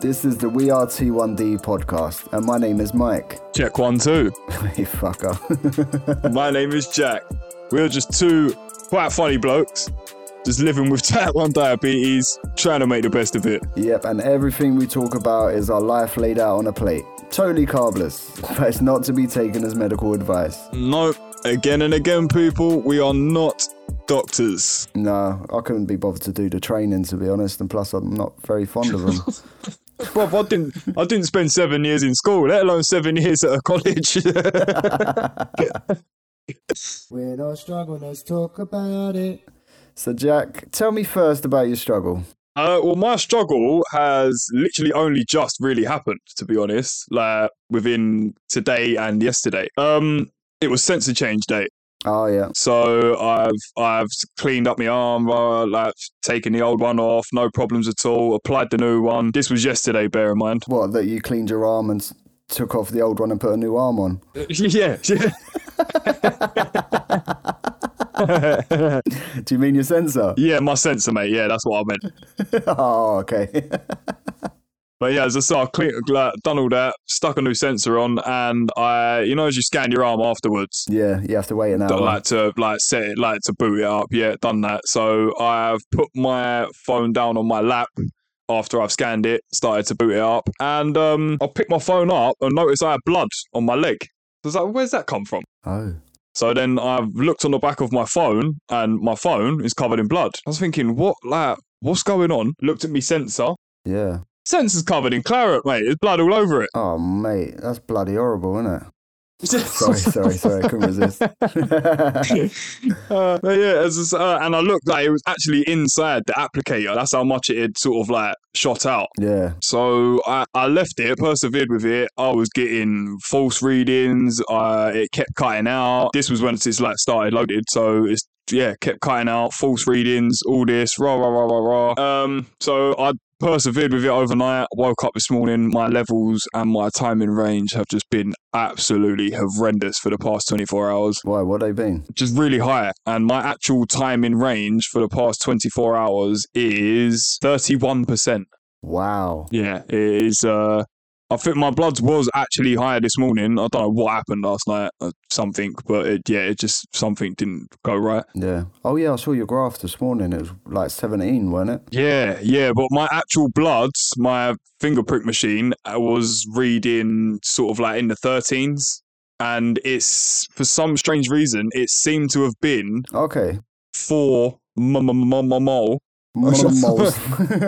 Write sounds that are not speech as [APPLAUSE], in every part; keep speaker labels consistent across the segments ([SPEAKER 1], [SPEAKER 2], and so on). [SPEAKER 1] This is the We Are 21D podcast, and my name is Mike. [LAUGHS]
[SPEAKER 2] Check one, two.
[SPEAKER 1] you fucker.
[SPEAKER 2] My name is Jack. We're just two quite funny blokes, just living with [LAUGHS] type 1 diabetes, trying to make the best of it.
[SPEAKER 1] [LAUGHS] yep, and everything we talk about is our life laid out on a plate. Totally carbless, [LAUGHS] but it's not to be taken as medical advice.
[SPEAKER 2] No, again and again, people, we are not doctors.
[SPEAKER 1] No, I couldn't be bothered to do the training, to be honest, and plus I'm not very fond of them.
[SPEAKER 2] Well, I didn't, I didn't spend seven years in school, let alone seven [LAUGHS] years at a college. [LAUGHS] Uh,
[SPEAKER 3] We're not struggling, let's talk about it.
[SPEAKER 1] so, Jack, tell me first about your struggle.
[SPEAKER 2] Uh, well, my struggle has literally only just really happened, to be honest. Like within today and yesterday. Um, it was sensor change day,
[SPEAKER 1] Oh, yeah.
[SPEAKER 2] so I've I've cleaned up my arm, uh, like taken the old one off, no problems at all. Applied the new one. This was yesterday. Bear in mind.
[SPEAKER 1] What, that you cleaned your arm and s- took off the old one and put a new arm on? [LAUGHS]
[SPEAKER 2] yeah. yeah.
[SPEAKER 1] Do you mean your sensor?
[SPEAKER 2] [LAUGHS]
[SPEAKER 1] [LAUGHS]
[SPEAKER 2] yeah, my sensor, mate. Yeah, that's what I meant.
[SPEAKER 1] oh, okay. [LAUGHS]
[SPEAKER 2] But yeah, as I said, I clean, like, done all that, stuck a new sensor on, and I, you know, as you scan your arm afterwards,
[SPEAKER 1] yeah, you have to wait an
[SPEAKER 2] don't
[SPEAKER 1] hour.
[SPEAKER 2] like to like set it like to boot it up. Yeah, done that. So I've put my phone down on my lap after I've scanned it, started to boot it up, and um, I picked my phone up and noticed I had blood on my leg. I was like, "Where's that come from?"
[SPEAKER 1] oh.
[SPEAKER 2] So then I've looked on the back of my phone, and my phone is covered in blood. I was thinking, "What? Like, what's going on?" Looked at me sensor.
[SPEAKER 1] Yeah.
[SPEAKER 2] Sensor's covered in claret, mate. There's blood all over it.
[SPEAKER 1] Oh, mate, that's bloody horrible,
[SPEAKER 2] [LAUGHS]
[SPEAKER 1] isn't it? Sorry, sorry, sorry, I couldn't resist.
[SPEAKER 2] [LAUGHS] Uh, but yeah, as I s- uh, and I looked like it was actually inside the applicator. That's how much it had sort of like shot out.
[SPEAKER 1] [LAUGHS] yeah,
[SPEAKER 2] So I, I left it, persevered with it. I was getting false readings. Uh, it kept cutting out. This was when it's like started loaded. So it's yeah, kept cutting out false readings. All this rah rah rah rah rah. Um, so I persevered with it overnight. Woke up this morning. My levels and my time in range have just been absolutely horrendous for the past twenty four hours
[SPEAKER 1] why? What they been?
[SPEAKER 2] just really high. And my actual time in range for the past 24 hours is 31%.
[SPEAKER 1] Wow.
[SPEAKER 2] Yeah, it is. Uh, I think my bloods was actually higher this morning. I don't know what happened last night or something, but it, yeah, it just something didn't go right.
[SPEAKER 1] Yeah. Oh, yeah, I saw your graph this morning. It was like 17, wasn't it?
[SPEAKER 2] Yeah, yeah, but my actual bloods, my finger prick machine, I was reading sort of like in the 13s. And it's for some strange reason, it seemed to have been [LAUGHS]
[SPEAKER 1] Okay.
[SPEAKER 2] four m- m- m- m- mole
[SPEAKER 1] Moles. [LAUGHS]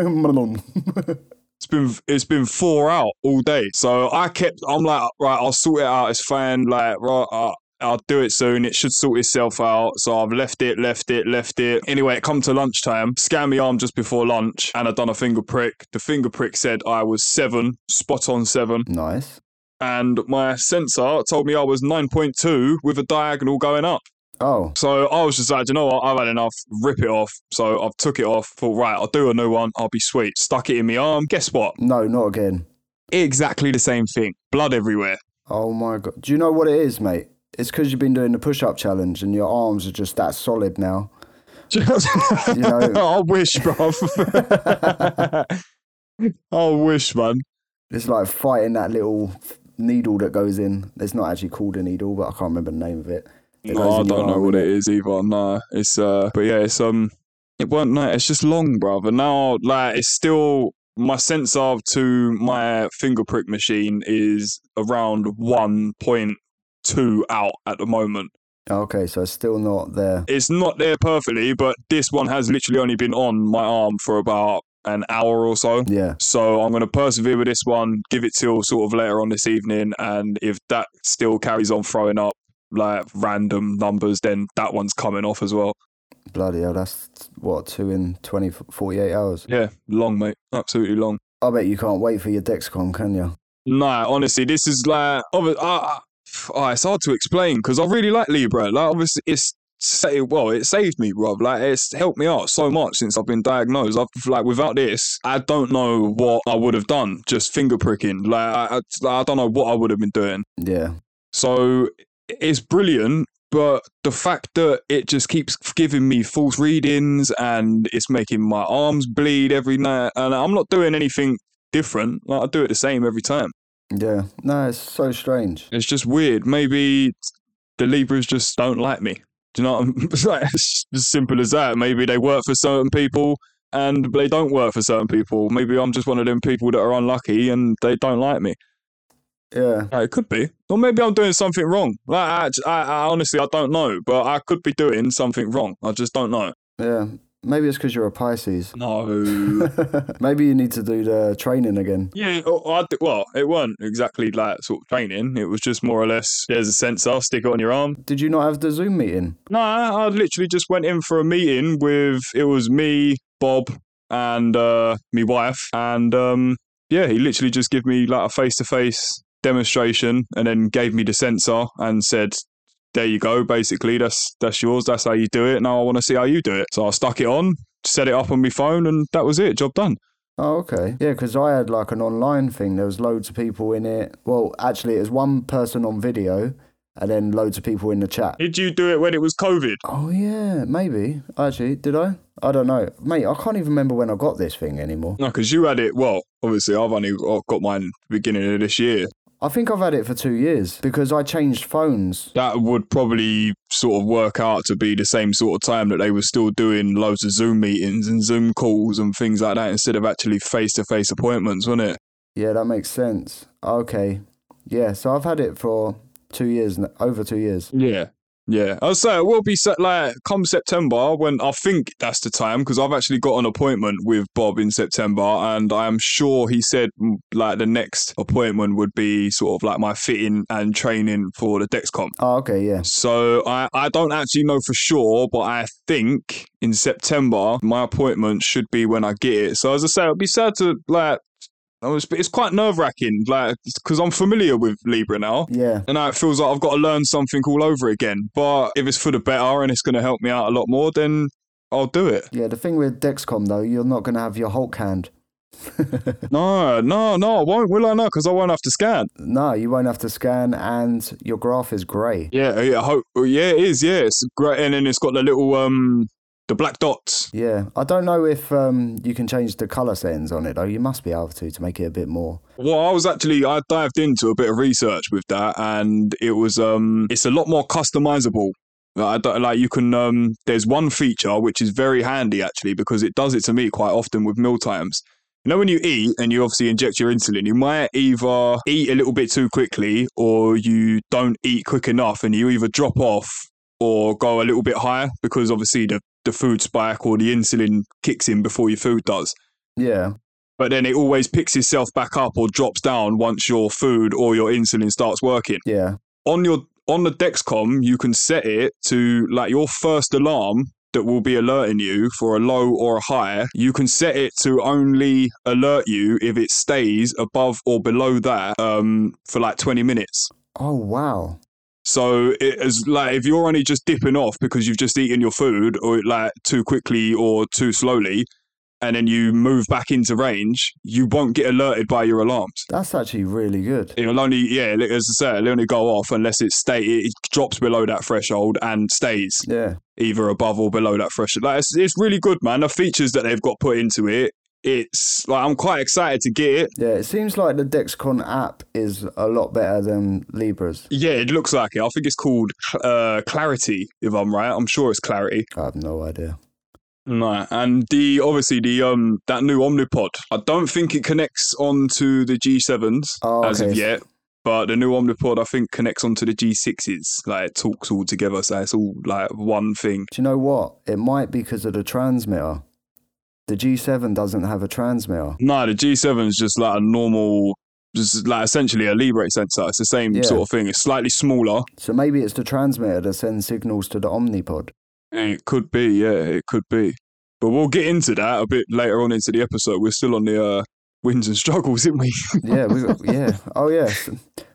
[SPEAKER 1] Mlum.
[SPEAKER 2] It's been it's been four out all day. So I kept. I'm like, right, I'll sort it out. It's fine. Like, right, I, I'll do it soon. It should sort itself out. So I've left it, left it, left it. Anyway, it come to lunchtime. Scanned my arm just before lunch, and I done a finger prick. The finger prick said I was seven, spot on seven,
[SPEAKER 1] nice.
[SPEAKER 2] and my sensor told me I was nine point two with a diagonal going up.
[SPEAKER 1] Oh,
[SPEAKER 2] So I was just like, "Do you know what? I've had enough. Rip it off. So I've took it off. Thought, right, I'll do a new one. I'll be sweet. Stuck it in my arm. Guess what?
[SPEAKER 1] no, not again.
[SPEAKER 2] exactly the same thing.
[SPEAKER 1] [LAUGHS]
[SPEAKER 2] Blood everywhere.
[SPEAKER 1] Oh, my God. Do you know what it is, mate? It's because you've been doing the push up challenge and your arms are just that solid now.
[SPEAKER 2] [LAUGHS] I wish, bruv. [LAUGHS] I wish, man.
[SPEAKER 1] It's like fighting that little needle that goes in. It's not actually called a needle, but I can't remember the name of it. It goes
[SPEAKER 2] No, I
[SPEAKER 1] in your
[SPEAKER 2] don't know
[SPEAKER 1] arm,
[SPEAKER 2] what
[SPEAKER 1] innit?
[SPEAKER 2] it is either. No, it's uh, but yeah, it's um, it weren't night. It's just long, bruv. And now, like, it's still my sensor to my finger prick machine is around one point two out at the moment.
[SPEAKER 1] Okay, so it's still not there.
[SPEAKER 2] It's not there perfectly, but this one has literally only been on my arm for about an hour or so.
[SPEAKER 1] Yeah.
[SPEAKER 2] So I'm going to persevere with this one, give it till sort of later on this evening, and if that still carries on throwing up like random numbers, then that one's coming off as well.
[SPEAKER 1] Bloody hell, that's what, two in 20, 48 hours?
[SPEAKER 2] Yeah, long, mate, absolutely long.
[SPEAKER 1] I bet you can't wait for your Dexcom, can you?
[SPEAKER 2] Nah, honestly, this is like, obvi- I, I, ah, it's hard to explain because I really like Libra. Like, obviously, it's say well, it saved me, Rob. Like, it's helped me out so much since I've been diagnosed. I've like without this, I don't know what I would have done. Just finger pricking. Like, I, I, I don't know what I would have been doing.
[SPEAKER 1] Yeah.
[SPEAKER 2] So it's brilliant, but the fact that it just keeps giving me false readings and it's making my arms bleed every night, and I'm not doing anything different. Like I do it the same every time.
[SPEAKER 1] Yeah. No, it's so strange.
[SPEAKER 2] It's just weird. Maybe the Libras just don't like me. Do you know what I'm [LAUGHS] it's like, it's as simple as that. Maybe they work for certain people and they don't work for certain people. Maybe I'm just one of them people that are unlucky and they don't like me.
[SPEAKER 1] Yeah.
[SPEAKER 2] Like, Uh, it could be. Or maybe I'm doing something wrong. Like I, act- I, I honestly I don't know, but I could be doing something wrong. I just don't know.
[SPEAKER 1] Yeah. Maybe it's because you're a Pisces. [LAUGHS]
[SPEAKER 2] No.
[SPEAKER 1] Maybe you need to do the training again.
[SPEAKER 2] [LAUGHS] Yeah, oh, I d- well, it weren't exactly like sort of training. It was just more or less there's a sensor, stick it on your arm.
[SPEAKER 1] Did you not have the Zoom meeting?
[SPEAKER 2] No, I, I literally just went in for a meeting with it was me, Bob, and uh, me wife, and um, yeah, he literally just gave me like a face to face demonstration, and then gave me the sensor and said. There you go. Basically, that's that's yours. That's how you do it. Now I want to see how you do it. So I stuck it on, set it up on my phone, and that was it. Job done.
[SPEAKER 1] Oh, okay. Yeah, because I had like an online thing. There was loads of people in it. Well, actually, it was one person on video and then loads of people in the chat.
[SPEAKER 2] Did you do it when it was COVID?
[SPEAKER 1] Oh, yeah, maybe. Actually, did I? I don't know. Mate, I can't even remember when I got this thing anymore.
[SPEAKER 2] No, because you had it. Well, obviously, I've only I've got mine beginning of this year.
[SPEAKER 1] I think I've had it for two years because I changed phones.
[SPEAKER 2] That would probably sort of work out to be the same sort of time that they were still doing loads of Zoom meetings and Zoom calls and things like that instead of actually face to face appointments, wasn't it?
[SPEAKER 1] Yeah, that makes sense. Okay. Yeah, so I've had it for two years, n- over two years.
[SPEAKER 2] Yeah. Yeah, I'll say it will be set like come September when I think that's the time because I've actually got an appointment with Bob in September, and I am sure he said mm, like the next appointment would be sort of like my fitting and training for the Dexcom.
[SPEAKER 1] Oh, okay, yeah.
[SPEAKER 2] So I, I don't actually know for sure, but I think in September my appointment should be when I get it. So as I say, it'd be sad to like. I was, it's quite nerve wracking, like because I'm familiar with Libra now,
[SPEAKER 1] Yeah.
[SPEAKER 2] and now it feels like I've got to learn something all over again. But if it's for the better and it's going to help me out a lot more, then I'll do
[SPEAKER 1] [LAUGHS]
[SPEAKER 2] it.
[SPEAKER 1] Yeah, the thing with Dexcom though, you're not going to have your Hulk hand.
[SPEAKER 2] No, no, no, I won't. Will I not? Because I won't have to scan.
[SPEAKER 1] No, you won't have to scan, and your graph is grey.
[SPEAKER 2] Yeah, yeah, I hope, yeah, it is. Yeah, it's great, and then it's got the little um, the black dots.
[SPEAKER 1] Yeah, I don't know if um, you can change the colour settings on it though. You must be able to to make it a bit more.
[SPEAKER 2] Well, I was actually I dived into a bit of research with that, and it was um, it's a lot more customizable. Like, I don't, like you can um, there's one feature which is very handy actually because it does it to me quite often with meal times. You know when you eat and you obviously inject your insulin, you might either eat a little bit too quickly or you don't eat quick enough, and you either drop off or go a little bit higher because obviously the the food spike or the insulin kicks in before your food does
[SPEAKER 1] Yeah,
[SPEAKER 2] but then it always picks itself back up or drops down once your food or your insulin starts working.
[SPEAKER 1] yeah,
[SPEAKER 2] On your on the Dexcom, you can set it to like your first alarm that will be alerting you for a low or a high. You can set it to only alert you if it stays above or below that um, for like 20 minutes.
[SPEAKER 1] Oh wow.
[SPEAKER 2] So it is like if you're only just dipping off because you've just eaten your food or like too quickly or too slowly, and then you move back into range, you won't get alerted by your alarms.
[SPEAKER 1] That's actually really good.
[SPEAKER 2] It'll only yeah, li- as I said, it'll only go off unless it stay it drops below that threshold and stays
[SPEAKER 1] Yeah,
[SPEAKER 2] either above or below that threshold. Like it's, it's really good, man. The features that they've got put into it, it's like I'm quite excited to get it.
[SPEAKER 1] yeah. It seems like the Dexcon app is a lot better than Libra's.
[SPEAKER 2] Yeah, it looks like it. I think it's called uh, Clarity, if I'm right. I'm sure it's Clarity.
[SPEAKER 1] I have no idea.
[SPEAKER 2] No, and the obviously the um that new Omnipod. I don't think it connects onto the G7s
[SPEAKER 1] Oh,
[SPEAKER 2] as of
[SPEAKER 1] okay.
[SPEAKER 2] yet, but the new Omnipod I think connects onto the G6s. Like it talks all together, so it's all like one thing.
[SPEAKER 1] Do you know what? It might be because of the transmitter. The G7 doesn't have a transmitter.
[SPEAKER 2] No, the G7 is just like a normal, just like essentially a Libre sensor. It's the same
[SPEAKER 1] Yeah.
[SPEAKER 2] sort of thing. It's slightly smaller.
[SPEAKER 1] So maybe it's the transmitter that sends signals to the Omnipod.
[SPEAKER 2] It could be, yeah, it could be. But we'll get into that a bit later on into the episode. We're still on the uh, wins and struggles, [LAUGHS] isn't we?
[SPEAKER 1] Yeah, we,
[SPEAKER 2] [LAUGHS]
[SPEAKER 1] yeah. Oh, yes.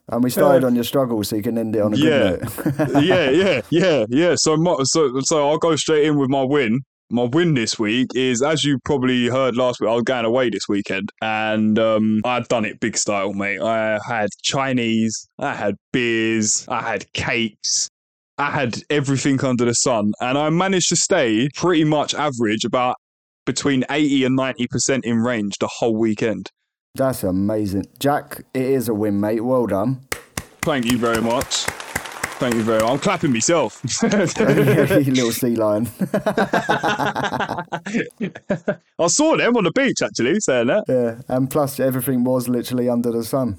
[SPEAKER 1] And we started on your struggle, so you can end it on a good note. [LAUGHS]
[SPEAKER 2] [LAUGHS] yeah, yeah, yeah, yeah. So, my, so, so I'll go straight in with my win. My win this week is, as you probably heard last week, I was going away this weekend, and um, I'd done it big style, mate. I had Chinese, I had beers, I had cakes. I had everything under the sun, and I managed to stay pretty much average, about between 80 and 90% in range the whole weekend.
[SPEAKER 1] That's amazing. Jack, it is a win, mate. Well
[SPEAKER 2] [LAUGHS]
[SPEAKER 1] done. [LAUGHS]
[SPEAKER 2] Thank you very much. Thank you very much. I'm clapping myself. [LAUGHS]
[SPEAKER 1] you little sea lion. [LAUGHS]
[SPEAKER 2] I saw them on the beach actually saying that.
[SPEAKER 1] Yeah. And plus, everything was literally under the sun.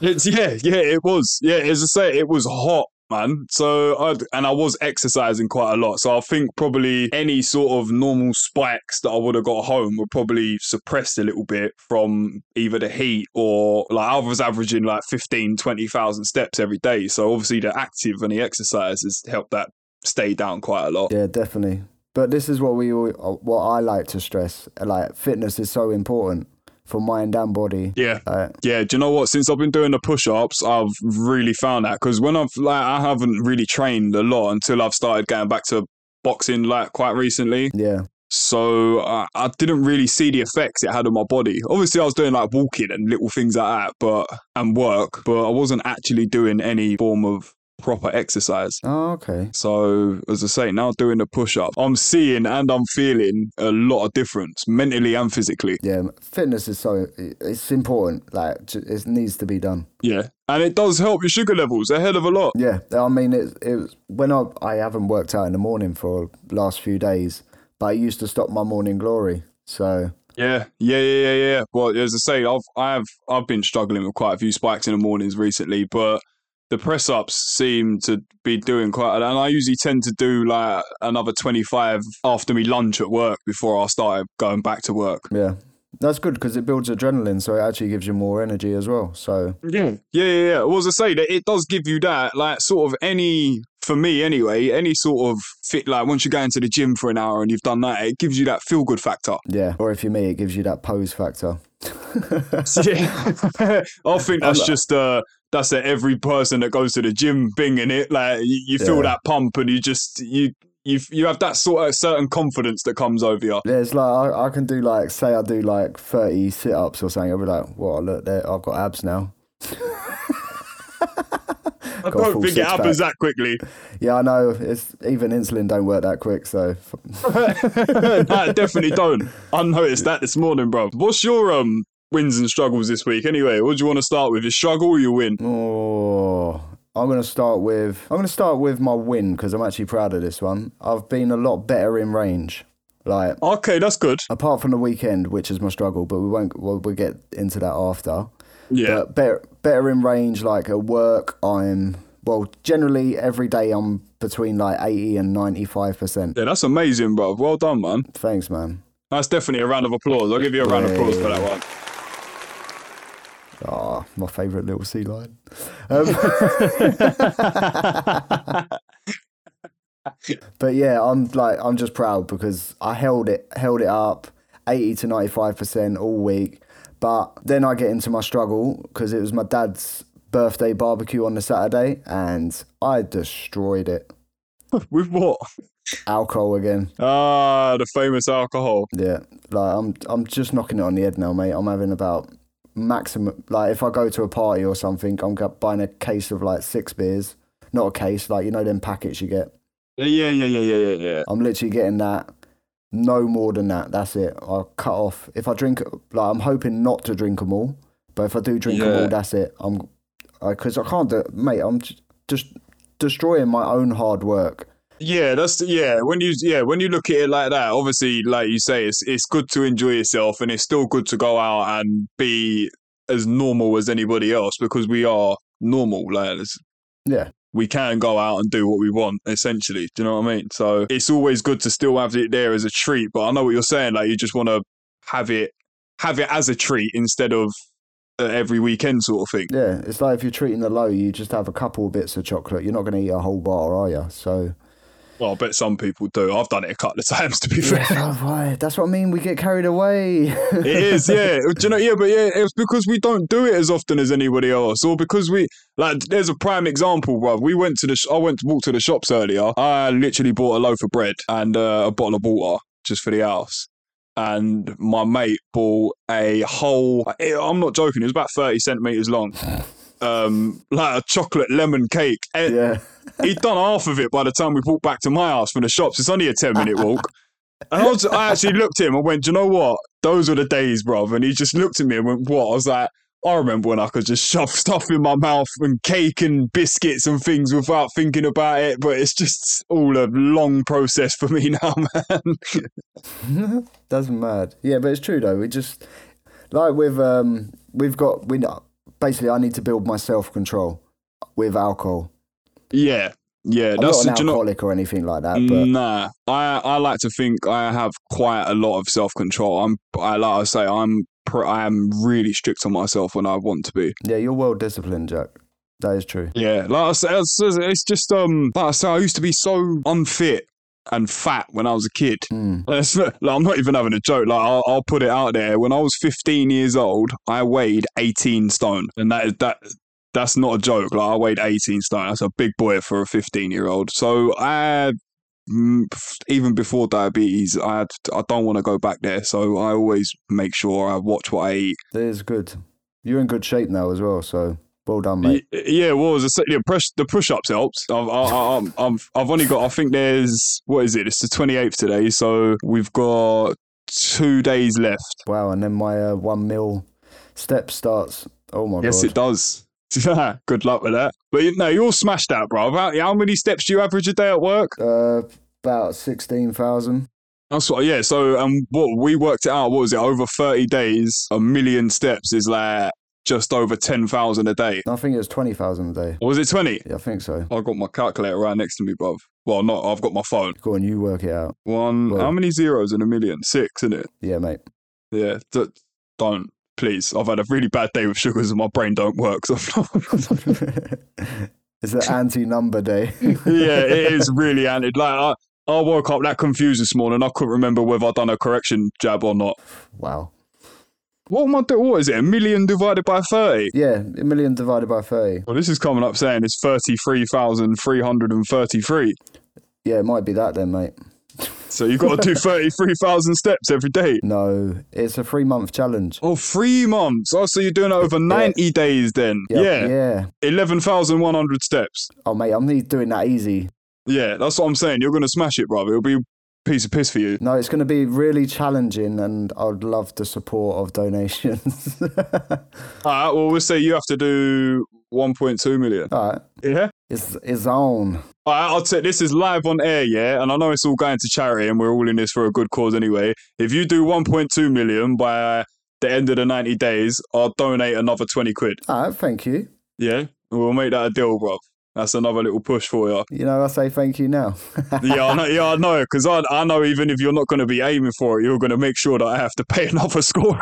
[SPEAKER 2] It's, yeah, yeah, it was. Yeah, as I say, it was hot, man. So, I and I was exercising quite a lot. So I think probably any sort of normal spikes that I would have got home were probably suppressed a little bit from either the heat or like I was averaging like 15, 20,000 steps every day. So obviously the active and the exercise has helped that stay down quite a lot.
[SPEAKER 1] Yeah, definitely. But this is what we all, what I like to stress. Like fitness is so important for mind and body.
[SPEAKER 2] Yeah.
[SPEAKER 1] Like,
[SPEAKER 2] Yeah, do you know what? Since I've been doing the push-ups, I've really found that because when I've like I haven't really trained a lot until I've started going back to boxing like quite recently.
[SPEAKER 1] yeah.
[SPEAKER 2] So I, I didn't really see the effects it had on my body. Obviously, I was doing like walking and little things like that, but and work, but I wasn't actually doing any form of proper exercise.
[SPEAKER 1] Oh, okay.
[SPEAKER 2] So as I say, now doing the push-up, I'm seeing and I'm feeling a lot of difference mentally and physically.
[SPEAKER 1] Yeah. Fitness is so, it's important. Like, j- it needs to be done.
[SPEAKER 2] Yeah, and it does help your sugar levels a hell of a lot.
[SPEAKER 1] Yeah, I mean, it, it was when I, I haven't worked out in the morning for last few days, but I used to stop my morning glory. So
[SPEAKER 2] Yeah, yeah, yeah, yeah, yeah. Well, as I say, I've I've I've been struggling with quite a few spikes in the mornings recently, but the press ups seem to be doing quite. And I usually tend to do like another twenty five after me lunch at work before I start going back to work.
[SPEAKER 1] yeah, that's good because it builds adrenaline, so it actually gives you more energy as well. So
[SPEAKER 2] Yeah, yeah, yeah. yeah. Well, as I say, that it does give you that like sort of any for me anyway, any sort of fit like once you go into the gym for an hour and you've done that, it gives you that feel good factor.
[SPEAKER 1] yeah, or if you're me, it gives you that pose factor.
[SPEAKER 2] yeah. [LAUGHS] I think that's just uh that's a, every person that goes to the gym binging it. Like you, you feel
[SPEAKER 1] Yeah.
[SPEAKER 2] that pump and you just you you you have that sort of certain confidence that comes over you.
[SPEAKER 1] Yeah, it's like I, I can do like say I do like thirty sit ups or something. I'll be like, well, look there, I've got abs now.
[SPEAKER 2] I
[SPEAKER 1] full
[SPEAKER 2] don't think it
[SPEAKER 1] six
[SPEAKER 2] happens that
[SPEAKER 1] [LAUGHS]
[SPEAKER 2] quickly.
[SPEAKER 1] Yeah, I know. It's even insulin don't work that quick. So
[SPEAKER 2] no, I definitely don't. I noticed that this morning, bro. What's your um wins and struggles this week? Anyway, what do you want to start with? Your struggle or your win?
[SPEAKER 1] Mm. Oh, I'm gonna start with I'm gonna start with my win because I'm actually proud of this one. I've been a lot better in range, like
[SPEAKER 2] Okay, that's good.
[SPEAKER 1] apart from the weekend, which is my struggle. But we won't we'll, we'll get into that after.
[SPEAKER 2] Yeah.
[SPEAKER 1] But better better in range, like at work, I'm well generally every day I'm between like 80 and 95 percent.
[SPEAKER 2] Yeah, that's amazing, bro. Well done, man.
[SPEAKER 1] Thanks, man.
[SPEAKER 2] That's definitely a round of applause. I'll give you a round of applause for that one.
[SPEAKER 1] Ah, my favourite little sea lion. Um, but yeah, I'm like I'm just proud because I held it held it up eighty to ninety five percent all week. But then I get into my struggle because it was my dad's birthday barbecue on the Saturday, and I destroyed it.
[SPEAKER 2] With what?
[SPEAKER 1] Alcohol again.
[SPEAKER 2] Ah, the famous alcohol.
[SPEAKER 1] Yeah, like I'm I'm just knocking it on the head now, mate. I'm having about maximum. Like if I go to a party or something, I'm go- buying a case of like six beers. Not a case, like you know them packets you get.
[SPEAKER 2] Yeah, yeah, yeah, yeah, yeah, yeah.
[SPEAKER 1] I'm literally getting that. No more than that. That's it. I'll cut off. If I drink, like I'm hoping not to drink them all, but if I do drink them
[SPEAKER 2] Yeah.
[SPEAKER 1] all, that's it. I'm, because I, can't do, mate. I'm j- just destroying my own hard work.
[SPEAKER 2] Yeah, that's yeah. When you yeah, when you look at it like that, obviously, like you say, it's it's good to enjoy yourself, and it's still good to go out and be as normal as anybody else because we are normal. Like it's-
[SPEAKER 1] Yeah,
[SPEAKER 2] we can go out and do what we want, essentially. Do you know what I mean? So it's always good to still have it there as a treat. But I know what you're saying. Like you just want to have it have it as a treat instead of uh, every weekend sort of thing.
[SPEAKER 1] yeah. It's like if you're treating the low, you just have a couple of bits of chocolate. You're not going to eat a whole bar, are you? So
[SPEAKER 2] Well, I bet some people do. I've done it a couple of [LAUGHS] times, to be fair.
[SPEAKER 1] Oh, right. That's what I mean. We get carried away. [LAUGHS]
[SPEAKER 2] [LAUGHS] It is, yeah. Do you know? Yeah, but yeah, it's because we don't do it as often as anybody else, or because we like. There's a prime example, bruv. We went to the. Sh- I went to walk to the shops earlier. I literally bought a loaf of bread and uh, a bottle of water just for the house. And my mate bought a whole. I- I'm not joking. It was about thirty centimeters long. Um, like a chocolate lemon cake. Eh, And
[SPEAKER 1] yeah.
[SPEAKER 2] he'd done half of it by the time we walked back to my house from the shops. It's only a 10 minute walk. And I, was, I actually looked at him and went, Do you know what? those were the days, bruv. And he just looked at me and went, What? I was like, I remember when I could just shove [LAUGHS] stuff in my mouth and cake and biscuits and things without thinking about it, but it's just all a long process for me [LAUGHS] now, man.
[SPEAKER 1] That's mad. Yeah, but it's true though. We just like with um we've got we know basically I need to build my self control with alcohol.
[SPEAKER 2] yeah, yeah.
[SPEAKER 1] I'm
[SPEAKER 2] that's
[SPEAKER 1] not
[SPEAKER 2] do you Mm.
[SPEAKER 1] an
[SPEAKER 2] know-
[SPEAKER 1] alcoholic or anything like that, but
[SPEAKER 2] Nah, I I like to think I have quite a lot of self control. I'm I like I say I'm pr- I am really strict on myself when I want to be.
[SPEAKER 1] yeah, you're well disciplined, Jack. That is true.
[SPEAKER 2] Yeah, like I say, it's, it's just um like I say I used to be so unfit and fat when I was a kid. [LAUGHS]
[SPEAKER 1] Mm.
[SPEAKER 2] It's not- like, I'm not even having a joke. Like I'll, I'll put it out there. When I was 15 years old, I weighed 18 stone, and that is that. That's not a joke. Like I weighed 18 stone. That's a big boy for a 15 year old. So I, mm, f- even before diabetes, I had, I don't want to go back there. So I always make sure I watch what I eat.
[SPEAKER 1] That is good. You're in good shape now as well, so well done, mate.
[SPEAKER 2] Y- eh, yeah, well, as I said, yeah, press, the push ups helps. I've, I, I, I'm, I've, I've only got, I think there's, what is it? It's the 28th today. So we've got two days left.
[SPEAKER 1] Wow, and then my uh, one mil step starts. Oh my
[SPEAKER 2] Yes,
[SPEAKER 1] god.
[SPEAKER 2] it does. [LAUGHS] Good luck with that. But you- no, you're smashed out, bro. How, how many steps do you average a day at work?
[SPEAKER 1] Uh, about sixteen thousand.
[SPEAKER 2] That's what, yeah. So, um, what we worked it out, what was it? Over 30 days, a million steps is like just over 10,000 a day.
[SPEAKER 1] I think it was twenty thousand a day.
[SPEAKER 2] Or was it 20?
[SPEAKER 1] Yeah, I think so.
[SPEAKER 2] I got my calculator right next to me, bruv. Well, not. I've got my phone.
[SPEAKER 1] Go on, you work it out.
[SPEAKER 2] One.
[SPEAKER 1] Well-
[SPEAKER 2] how many zeros in a million? Six, isn't it?
[SPEAKER 1] Yeah, mate. [LAUGHS]
[SPEAKER 2] Yeah. D- don't. Please. I've had a really bad day with sugars and my brain don't work. So I'm [LAUGHS]
[SPEAKER 1] [LAUGHS]
[SPEAKER 2] not,
[SPEAKER 1] it's an anti-number day. [LAUGHS]
[SPEAKER 2] yeah, it is really anted. Like I, I woke up that confused this morning. I couldn't remember whether I'd done a correction jab or not.
[SPEAKER 1] Wow.
[SPEAKER 2] What am I doing? What is it? A million divided by thirty.
[SPEAKER 1] Yeah, a million divided by thirty.
[SPEAKER 2] Well, this is coming up saying it's thirty-three thousand three hundred and thirty-three.
[SPEAKER 1] Yeah, it might be that then, mate.
[SPEAKER 2] So you've got to do thirty-three thousand steps every day.
[SPEAKER 1] No, it's a three-month challenge.
[SPEAKER 2] Oh, three months. Oh, so you're doing it over ninety days then? yeah,
[SPEAKER 1] yeah.
[SPEAKER 2] eleven thousand one hundred steps.
[SPEAKER 1] Oh, mate, I'm not doing that easy.
[SPEAKER 2] Yeah, that's what I'm saying. You're gonna smash it, brother. It'll be a piece of piss for you.
[SPEAKER 1] No, it's going to be really challenging, and I'd love the support of donations. [LAUGHS]
[SPEAKER 2] All right. Well, we'll say you have to do one point two million.
[SPEAKER 1] All right,
[SPEAKER 2] Yeah.
[SPEAKER 1] it's it's on.
[SPEAKER 2] All right, I'll take this is live on air, yeah, and I know it's all going to charity, and we're all in this for a good cause anyway. If you do 1.2 million by the end of the 90 days, I'll donate another 20 quid.
[SPEAKER 1] All right, thank you.
[SPEAKER 2] Yeah, we'll make that a deal, bro. That's another little push for you.
[SPEAKER 1] You know, I say thank you
[SPEAKER 2] [LAUGHS]
[SPEAKER 1] now.
[SPEAKER 2] Yeah, I know, yeah, I know, because I, I know even if you're not going to be aiming for it, you're going to make sure that I have to pay [LAUGHS] another score.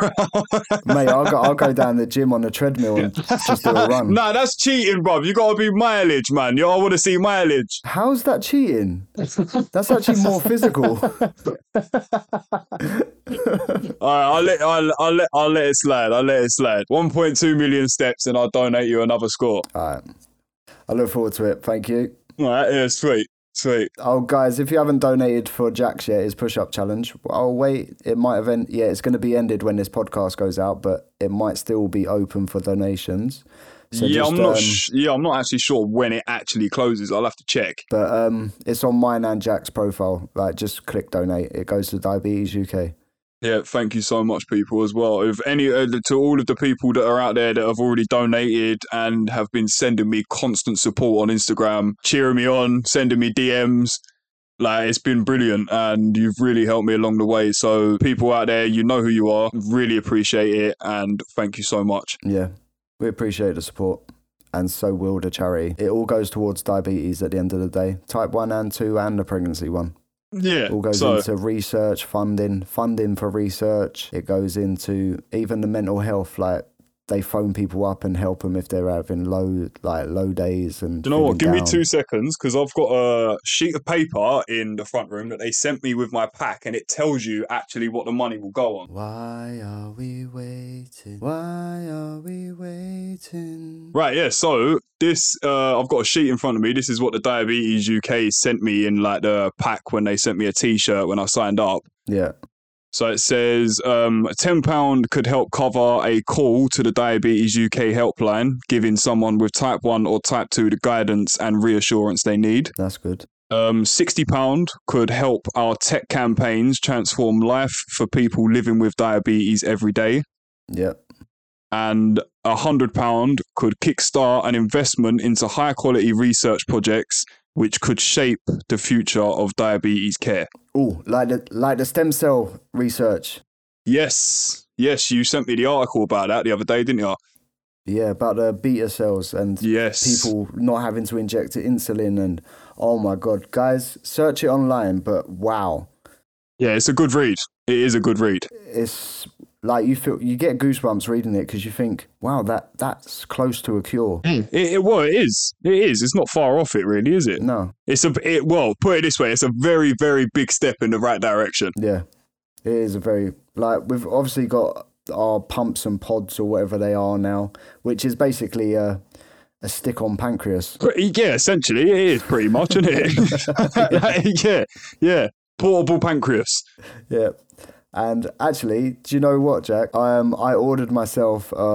[SPEAKER 1] mate, I'll go, I'll go down the gym on the treadmill and just do a run.
[SPEAKER 2] nah, that's cheating, bro. You got to be mileage, man. Yo, I want to see mileage.
[SPEAKER 1] How's that cheating? That's actually more
[SPEAKER 2] [LAUGHS]
[SPEAKER 1] physical.
[SPEAKER 2] All right, I'll let, I'll, I'll let, I'll let it slide. I'll let it slide. 1.2 million steps, and I'll donate you another score.
[SPEAKER 1] All right. I look forward to it. Thank you.
[SPEAKER 2] All right, yeah, sweet, sweet.
[SPEAKER 1] Oh, guys, if you haven't donated for Jack's yet, his push up challenge, oh, wait, it might have ended. Yeah, it's going to be ended when this podcast goes out, but it might still be open for donations. So
[SPEAKER 2] yeah,
[SPEAKER 1] just,
[SPEAKER 2] I'm not.
[SPEAKER 1] um,
[SPEAKER 2] Sh- yeah, I'm not actually sure when it actually closes. I'll have to check.
[SPEAKER 1] But um, it's on mine and Jack's profile. Like, just click donate. It goes to Diabetes UK.
[SPEAKER 2] Yeah, thank you so much, people, as well. If any uh, to all of the people that are out there that have already donated and have been sending me constant support on Instagram, cheering me on, sending me DMs. Like it's been brilliant, and you've really helped me along the way. So, people out there, you know who you are. Really appreciate it, and thank you so much.
[SPEAKER 1] Yeah, we appreciate the support, and so will the charity. It all goes towards diabetes at the end of the day type 1 and 2, and the pregnancy one.
[SPEAKER 2] Yeah.
[SPEAKER 1] all goes
[SPEAKER 2] so,
[SPEAKER 1] into research funding funding for research it goes into even the mental health like they phone people up and help them if they're having low like low days and
[SPEAKER 2] Do you know what? Give
[SPEAKER 1] feeling
[SPEAKER 2] me
[SPEAKER 1] down.
[SPEAKER 2] two seconds because I've got a sheet of paper in the front room that they sent me with my pack, and it tells you actually what the money will go on.
[SPEAKER 1] why are we waiting why are we waiting
[SPEAKER 2] Right, yeah. So this, uh, I've got a sheet in front of me. This is what the Diabetes UK sent me in like the pack when they sent me a T-shirt when I signed up.
[SPEAKER 1] yeah
[SPEAKER 2] So it says um, £10 could help cover a call to the Diabetes UK helpline, giving someone with type 1 or type 2 the guidance and reassurance they need.
[SPEAKER 1] that's good
[SPEAKER 2] Um, £60 could help our tech campaigns transform life for people living with diabetes every day.
[SPEAKER 1] Yep.
[SPEAKER 2] And £100 could kickstart an investment into high quality research projects which could shape the future of diabetes care.
[SPEAKER 1] Oh, like the like the stem cell research.
[SPEAKER 2] Yes, yes, you sent me the article about that the other day, didn't you?
[SPEAKER 1] Yeah, about the beta cells and
[SPEAKER 2] Yes.
[SPEAKER 1] people not having to inject insulin and oh my god, guys, search it online. But wow,
[SPEAKER 2] Yeah, it's a good read. It is a good read.
[SPEAKER 1] it's like you feel you get goosebumps reading it because you think, wow, that that's close to a cure.
[SPEAKER 2] It, it well, it is. It is. It's not far off it, really, is it?
[SPEAKER 1] No,
[SPEAKER 2] It's a it, well, put it this way, it's a very, very big step in the right direction.
[SPEAKER 1] yeah, it is a very like we've obviously got our pumps and pods or whatever they are now, which is basically a a stick on pancreas.
[SPEAKER 2] Pretty- Yeah, essentially, it is pretty much, isn't it?
[SPEAKER 1] [LAUGHS]
[SPEAKER 2] [LAUGHS] Like, yeah, yeah. Portable pancreas.
[SPEAKER 1] Yeah. And actually, do you know what, Jack? I um I ordered myself a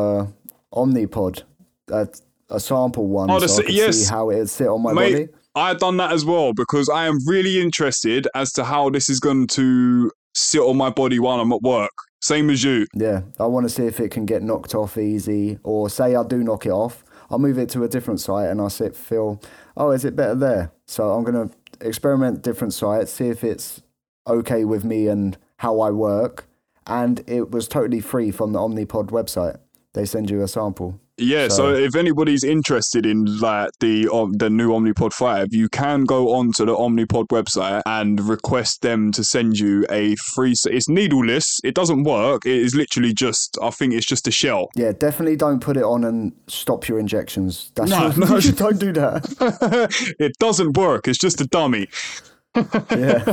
[SPEAKER 1] Omnipod, a, a sample one,
[SPEAKER 2] Oh,
[SPEAKER 1] so
[SPEAKER 2] that's-
[SPEAKER 1] I could
[SPEAKER 2] yes.
[SPEAKER 1] see how it'd sit on my
[SPEAKER 2] Mate,
[SPEAKER 1] body.
[SPEAKER 2] I've done that as well because I am really interested as to how this is going to sit on my body while I'm at work. Same as you.
[SPEAKER 1] Yeah, I want to see if it can get knocked off easy, or say I do knock it off, I'll move it to a different site and I sit feel, oh, is it better there? So I'm gonna experiment different sites, see if it's okay with me and how I work. And it was totally free from the Omnipod website. They send you a sample.
[SPEAKER 2] Yeah, so,
[SPEAKER 1] So-
[SPEAKER 2] if anybody's interested in like the um, the new Omnipod 5, you can go onto the Omnipod website and request them to send you a free s- it's needleless, it doesn't work. It is literally just I think it's just a shell. [LAUGHS]
[SPEAKER 1] Yeah, definitely don't put it on and stop your injections. That's
[SPEAKER 2] No,
[SPEAKER 1] [LAUGHS] no,
[SPEAKER 2] no.
[SPEAKER 1] don't do that.
[SPEAKER 2] it doesn't work. It's just a dummy. [LAUGHS]
[SPEAKER 1] Yeah,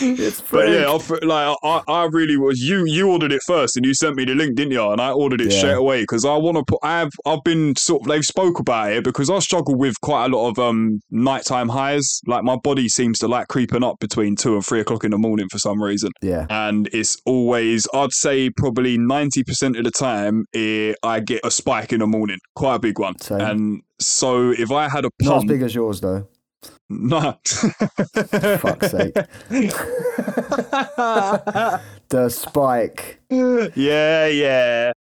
[SPEAKER 1] it's
[SPEAKER 2] But
[SPEAKER 1] free.
[SPEAKER 2] yeah, I, f- like I, I really was. You you ordered it first, and you sent me the link, didn't you? And I ordered it
[SPEAKER 1] Yeah.
[SPEAKER 2] straight away because I want to put. I've I've been sort of they've spoke about it because I struggle with quite a lot of um nighttime highs. Like my body seems to like creeping up between two and three o'clock in the morning for some reason,
[SPEAKER 1] yeah,
[SPEAKER 2] and it's always I'd say probably ninety percent of the time eh, I get a spike in the morning, quite a big one.
[SPEAKER 1] Same.
[SPEAKER 2] And so if I had a
[SPEAKER 1] not as
[SPEAKER 2] pump,
[SPEAKER 1] big as yours though.
[SPEAKER 2] [LAUGHS] nah.
[SPEAKER 1] Fuck's
[SPEAKER 2] [LAUGHS]
[SPEAKER 1] sake. the spike.
[SPEAKER 2] yeah, yeah.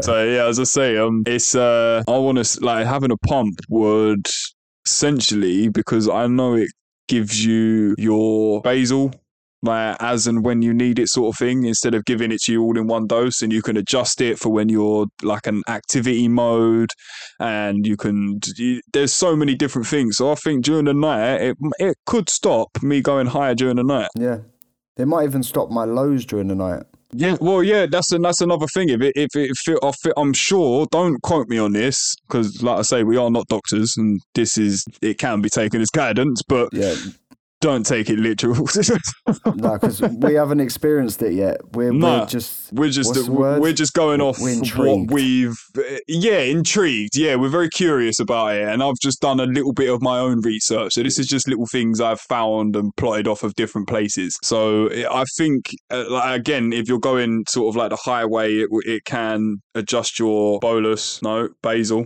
[SPEAKER 2] so yeah, as I say, um, it's uh, I want to like having a pump would essentially because I know it gives you your basal. Like as and when you need it, sort of thing. Instead of giving it to you all in one dose, and you can adjust it for when you're like an activity mode, and you can. You, there's so many different things. So I think during the night, it it could stop me going higher during the night.
[SPEAKER 1] Yeah, it might even stop my lows during the night.
[SPEAKER 2] Yeah, well, yeah, that's an, that's another thing. If it, if it, if it, if it I'm sure. Don't quote me on this because, like I say, we are not doctors, and this is it can be taken as guidance, but
[SPEAKER 1] Yeah,
[SPEAKER 2] don't take it literal. [LAUGHS]
[SPEAKER 1] no, because we haven't experienced it yet.
[SPEAKER 2] [LAUGHS]
[SPEAKER 1] We're,
[SPEAKER 2] No.
[SPEAKER 1] we're just
[SPEAKER 2] we're just
[SPEAKER 1] What's the
[SPEAKER 2] we're,
[SPEAKER 1] word?
[SPEAKER 2] we're just going off
[SPEAKER 1] We're
[SPEAKER 2] what
[SPEAKER 1] intrigued.
[SPEAKER 2] we've yeah intrigued. Yeah, we're very curious about it, and I've just done a little bit of my own research. So this is just little things I've found and plotted off of different places. So eh, I I think uh, like, again, if you're going sort of like the highway, it, it can adjust your bolus. No basal.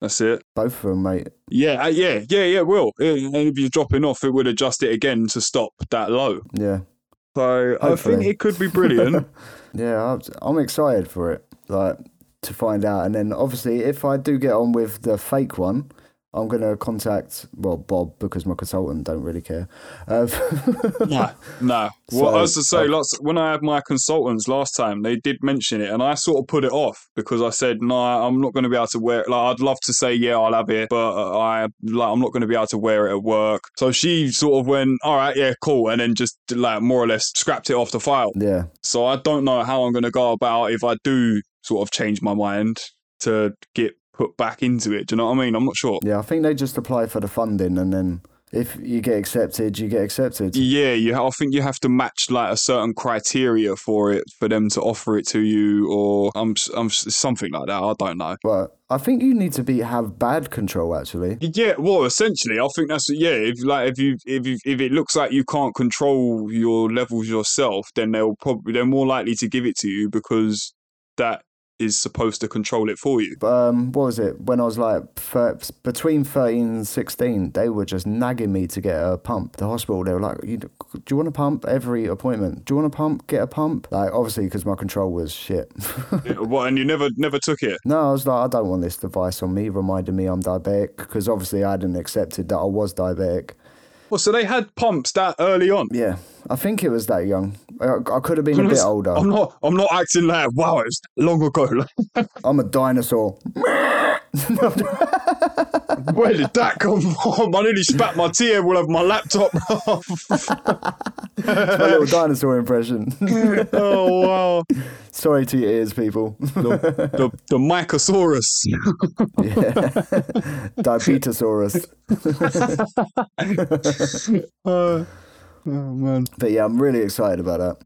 [SPEAKER 2] That's it.
[SPEAKER 1] both of them, mate.
[SPEAKER 2] Yeah, uh, yeah, yeah, yeah. It will. Uh, And if you're dropping off, it would adjust it again to stop that low.
[SPEAKER 1] Yeah,
[SPEAKER 2] So I
[SPEAKER 1] Hopefully.
[SPEAKER 2] think it could be brilliant.
[SPEAKER 1] yeah. I'm- I'm excited for it. Like to find out, and then obviously, if I do get on with the fake one. I'm gonna contact well Bob because my consultant don't really care. Uh, [LAUGHS]
[SPEAKER 2] No, [LAUGHS] no. Well,
[SPEAKER 1] So-
[SPEAKER 2] as I say, lots when I had my consultants last time, they did mention it, and I sort of put it off because I said, "No, I'm not going to be able to wear it." Like, I'd love to say, "Yeah, I'll have it," but uh, I like I'm not going to be able to wear it at work. So she sort of went, "All right, yeah, cool," and then just like more or less scrapped it off the file.
[SPEAKER 1] yeah,
[SPEAKER 2] So I don't know how I'm going to go about if I do sort of change my mind to get put back into it. Do you know what I mean? I'm not sure.
[SPEAKER 1] yeah. I think they just apply for the funding, and then if you get accepted, you get accepted.
[SPEAKER 2] Yeah, you. ha- I think you have to match like a certain criteria for it for them to offer it to you, or um, s- um, s- something like that. I don't know.
[SPEAKER 1] But I think you need to be have bad control actually.
[SPEAKER 2] Yeah, well, essentially, I think that's yeah. If like if you if you, if it looks like you can't control your levels yourself, then they'll probably they're more likely to give it to you because that is supposed to control it for you.
[SPEAKER 1] um, what was it? When I was like thir- between 13 and 16, they were just nagging me to get a pump. The hospital, they were like, you, Do you want a pump? Every appointment. Do you want a pump? Get a pump. Like, obviously, because my control was shit. [LAUGHS]
[SPEAKER 2] Yeah, well, and you never never took it.
[SPEAKER 1] no, I was like, I don't want this device on me, reminding me I'm diabetic, because obviously I hadn't accepted that I was diabetic.
[SPEAKER 2] Well, so they had pumps that early on.
[SPEAKER 1] Yeah, I think it was that young. I, I could have been a bit older.
[SPEAKER 2] I'm not. I'm not acting like wow. It was long ago.
[SPEAKER 1] I'm a dinosaur. [LAUGHS]
[SPEAKER 2] Where did that come from? [LAUGHS] I nearly spat my tea all over my laptop.
[SPEAKER 1] It's my little dinosaur impression.
[SPEAKER 2] [LAUGHS]
[SPEAKER 1] [LAUGHS]
[SPEAKER 2] oh wow!
[SPEAKER 1] Sorry to your ears, people. [LAUGHS]
[SPEAKER 2] The the, the Mycosaurus.
[SPEAKER 1] [LAUGHS] Diabetosaurus.
[SPEAKER 2] Uh, oh man.
[SPEAKER 1] But yeah, I'm really excited about that.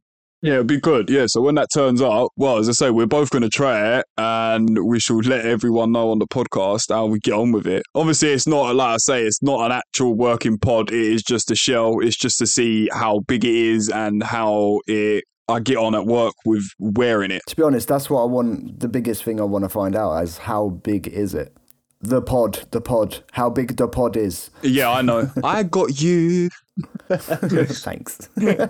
[SPEAKER 2] Yeah, it'd be good. Yeah, so when that turns out, well, as I say, we're both going to try it, and we shall let everyone know on the podcast how we get on with it. Obviously, it's not like I say, it's not an actual working pod. It is just a shell. It's just to see how big it is and how it I get on at work with wearing it.
[SPEAKER 1] To be honest, that's what I want. The biggest thing I want to find out is how big is it? The pod, the pod, how big the pod is.
[SPEAKER 2] Yeah, I know. I got you.
[SPEAKER 1] Thanks.
[SPEAKER 2] But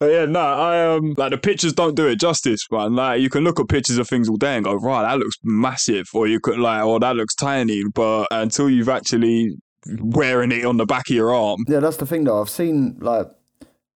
[SPEAKER 2] yeah, no, I um like the pictures don't do it justice, man. Like you can look at pictures of things all day and go, right, that looks massive, or you could like, or that looks tiny, but until you've actually wearing it on the back of your arm.
[SPEAKER 1] [LAUGHS] Yeah, that's the thing though. I've seen like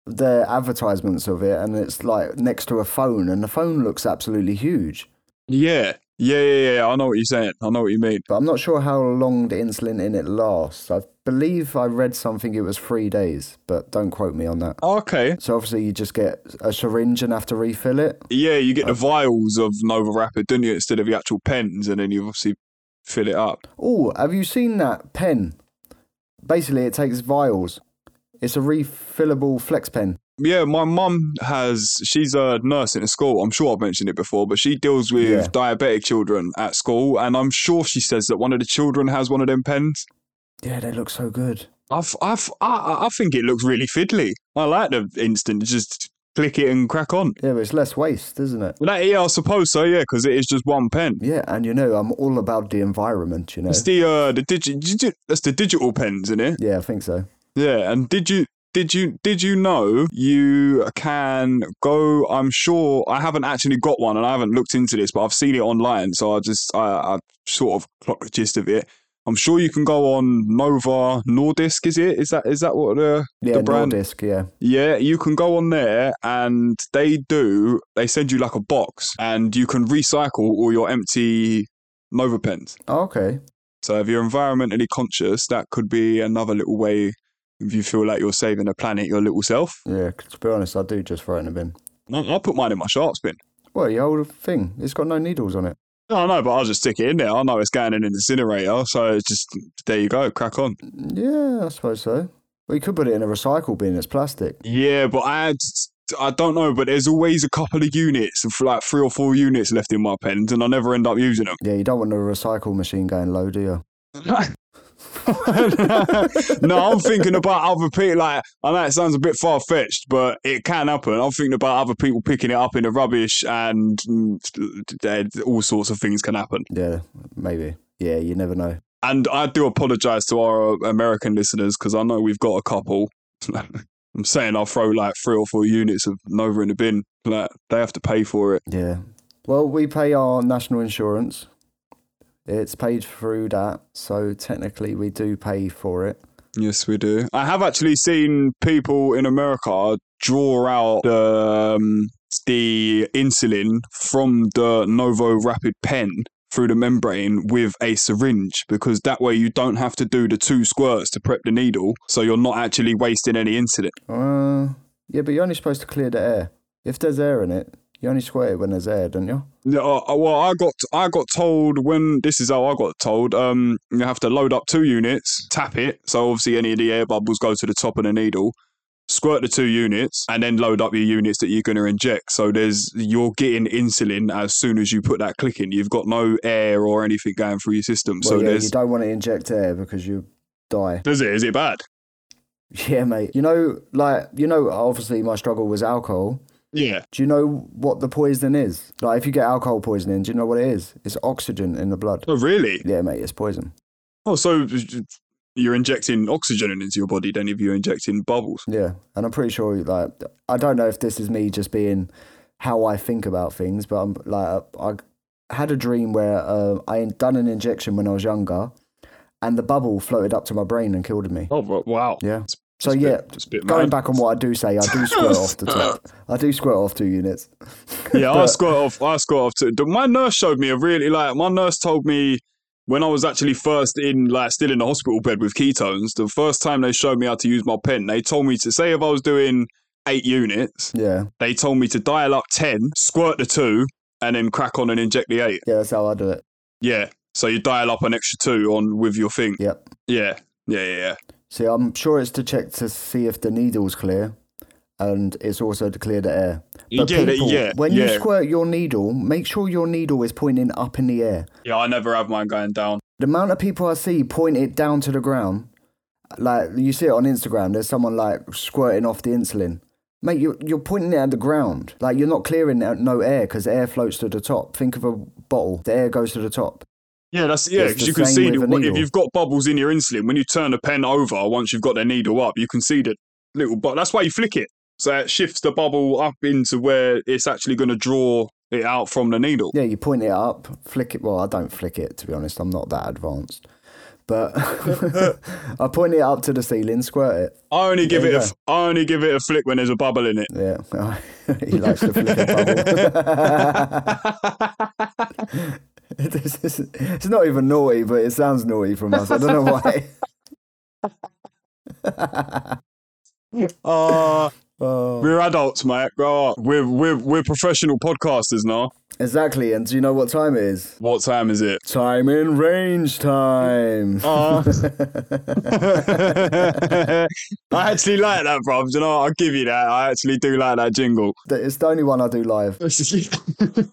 [SPEAKER 1] the advertisements of it, and it's like next to a phone, and the phone looks absolutely huge.
[SPEAKER 2] Yeah. Yeah, yeah, yeah. I know what you're saying. I know what you mean.
[SPEAKER 1] But I'm not sure how long the insulin in it lasts. I believe I read something it was three days, but don't quote me on that.
[SPEAKER 2] Okay.
[SPEAKER 1] So obviously you just get a syringe and have to refill it.
[SPEAKER 2] Yeah, you get the vials of Nova Rapid, don't you, instead of the actual pens, and then you obviously fill it up.
[SPEAKER 1] Oh, have you seen that pen? Basically, it takes vials. It's a refillable flex pen.
[SPEAKER 2] Yeah, my mum has. She's a nurse in a school. I'm sure I've mentioned it before, but she deals with
[SPEAKER 1] Yeah.
[SPEAKER 2] diabetic children at school, and I'm sure she says that one of the children has one of them pens.
[SPEAKER 1] Yeah, they look so good.
[SPEAKER 2] I've, I've, I, I- I think it looks really fiddly. I like the instant, just click it and crack on.
[SPEAKER 1] Yeah, but it's less waste, isn't it?
[SPEAKER 2] Well, that, yeah, I suppose so. Yeah, because it is just one pen.
[SPEAKER 1] Yeah, and you know, I'm all about the environment, you know.
[SPEAKER 2] It's the uh, the digi- digi- that's the digital pens in it.
[SPEAKER 1] Yeah, I think so.
[SPEAKER 2] Yeah, and did you did you did you know you can go? I'm sure I haven't actually got one, and I haven't looked into this, but I've seen it online, so I just I, I sort of clocked the gist of it. I'm sure you can go on Nova Nordisk. Is it? Is that is that what the
[SPEAKER 1] Yeah,
[SPEAKER 2] the brand?
[SPEAKER 1] Nordisk, yeah.
[SPEAKER 2] Yeah, you can go on there and they do. They send you like a box, and you can recycle all your empty Nova pens.
[SPEAKER 1] Oh, okay.
[SPEAKER 2] So if you're environmentally conscious, that could be another little way if you feel like you're saving the planet, your little self.
[SPEAKER 1] Yeah, 'cause to be honest, I do just throw it in a bin.
[SPEAKER 2] I- I'll put mine in my sharps bin.
[SPEAKER 1] Well, the old thing, it's got no needles on it.
[SPEAKER 2] No, no, but I'll just stick it in there. I know it's going in an incinerator, so it's just there you go, crack on.
[SPEAKER 1] Yeah, I suppose so. Well, you could put it in a recycle bin, it's plastic.
[SPEAKER 2] Yeah, but I just- I don't know, but there's always a couple of units, like three or four units left in my pens, and I never end up using them.
[SPEAKER 1] Yeah, you don't want the recycle machine going low, do you?
[SPEAKER 2] [LAUGHS] no, I'm thinking about other people. Like, I know it sounds a bit far fetched, but it can happen. I'm thinking about other people picking it up in the rubbish, and mm, there- all sorts of things can happen.
[SPEAKER 1] Yeah, maybe. Yeah, you never know.
[SPEAKER 2] And I do apologize to our American listeners because I know we've got a couple. [LAUGHS] I'm saying I'll throw like three or four units of Nova in the bin. Like, they have to pay for it.
[SPEAKER 1] Yeah. Well, we pay our national insurance. It's paid through that, so technically we do pay for it.
[SPEAKER 2] Yes, we do. I have actually seen people in America draw out um, the insulin from the Novo Rapid pen through the membrane with a syringe because that way you don't have to do the two squirts to prep the needle, so you're not actually wasting any insulin.
[SPEAKER 1] Uh, yeah, but you're only supposed to clear the air. If there's air in it, you only squirt it when there's air, don't you?
[SPEAKER 2] Yeah, uh, well, I got I got told when this is how I got told. Um, you have to load up two units, tap it, so obviously any of the air bubbles go to the top of the needle. Squirt the two units, and then load up your units that you're going to inject. So there's you're getting insulin as soon as you put that click in. You've got no air or anything going through your system.
[SPEAKER 1] Well,
[SPEAKER 2] so
[SPEAKER 1] yeah, you
[SPEAKER 2] there's
[SPEAKER 1] don't want to inject air because you die. [LAUGHS]
[SPEAKER 2] does it? Is it bad?
[SPEAKER 1] Yeah, mate. You know, like you know, obviously my struggle was alcohol.
[SPEAKER 2] Yeah.
[SPEAKER 1] Do you know what the poison is? Like, if you get alcohol poisoning, do you know what it is? It's oxygen in the blood.
[SPEAKER 2] Oh, really?
[SPEAKER 1] Yeah, mate, it's poison.
[SPEAKER 2] Oh, so you're injecting oxygen into your body, then if you're injecting bubbles.
[SPEAKER 1] Yeah, and I'm pretty sure like I don't know if this is me just being how I think about things, but I'm like I I had a dream where uh, I done an injection when I was younger, and the bubble floated up to my brain and killed me.
[SPEAKER 2] Oh, ro- wow.
[SPEAKER 1] Yeah.
[SPEAKER 2] It's-
[SPEAKER 1] So
[SPEAKER 2] it's a
[SPEAKER 1] yeah,
[SPEAKER 2] bit- it's a bit
[SPEAKER 1] going
[SPEAKER 2] mad.
[SPEAKER 1] back on what I do say, I do squirt off the
[SPEAKER 2] [LAUGHS]
[SPEAKER 1] top. I do squirt off two units.
[SPEAKER 2] Yeah, I scored off. I scored off too. The- My nurse showed me a really like. My nurse told me when I was actually first in, like, still in the hospital bed with ketones. The first time they showed me how to use my pen, they told me to say if I was doing eight units,
[SPEAKER 1] Yeah,
[SPEAKER 2] they told me to dial up ten, squirt the two, and then crack on and inject the eight.
[SPEAKER 1] yeah, that's how I do it.
[SPEAKER 2] Yeah. So you dial up an extra two on with your thing.
[SPEAKER 1] Yep.
[SPEAKER 2] Yeah. Yeah. Yeah. yeah.
[SPEAKER 1] See, I'm sure it's to check to see if the needle's clear, and it's also to clear the air. But
[SPEAKER 2] Yeah,
[SPEAKER 1] people,
[SPEAKER 2] yeah,
[SPEAKER 1] when you
[SPEAKER 2] yeah.
[SPEAKER 1] squirt your needle, make sure your needle is pointing up in the air.
[SPEAKER 2] Yeah, I never have mine going down.
[SPEAKER 1] The amount of people I see point it down to the ground, like you see it on Instagram, there's someone like squirting off the insulin. Mate, you're, you're pointing it at the ground. Like you're not clearing out no air because air floats to the top. Think of a bottle, the air goes to the top.
[SPEAKER 2] Yeah, that's yeah.
[SPEAKER 1] It's
[SPEAKER 2] Because
[SPEAKER 1] the
[SPEAKER 2] you can
[SPEAKER 1] same
[SPEAKER 2] see
[SPEAKER 1] with
[SPEAKER 2] that
[SPEAKER 1] a
[SPEAKER 2] wh- if
[SPEAKER 1] needle.
[SPEAKER 2] you've got bubbles in your insulin, when you turn the pen over, once you've got the needle up, you can see the little. But that's why you flick it, so it shifts the bubble up into where it's actually going to draw it out from the needle.
[SPEAKER 1] Yeah, you point it up, flick it. Well, I don't flick it to be honest. I'm not that advanced, but [LAUGHS] I point it up to the ceiling, squirt it.
[SPEAKER 2] I only give
[SPEAKER 1] There
[SPEAKER 2] it.
[SPEAKER 1] you
[SPEAKER 2] A, f- I only give it a flick when there's a bubble in it.
[SPEAKER 1] Yeah, [LAUGHS] he likes to flick a bubble. [LAUGHS] This is- it's not even naughty, but it sounds naughty from us. I don't know why. [LAUGHS]
[SPEAKER 2] Ah,
[SPEAKER 1] Oh.
[SPEAKER 2] we're adults, mate. Grow up. We're we're we're professional podcasters now.
[SPEAKER 1] Exactly. And do you know what time it is?
[SPEAKER 2] What time is it?
[SPEAKER 1] Time in range time. [LAUGHS]
[SPEAKER 2] [LAUGHS] Ah. I actually like that, bruv. Do You know, what? I'll give you that. I actually do like that jingle.
[SPEAKER 1] It's the only one I do live. The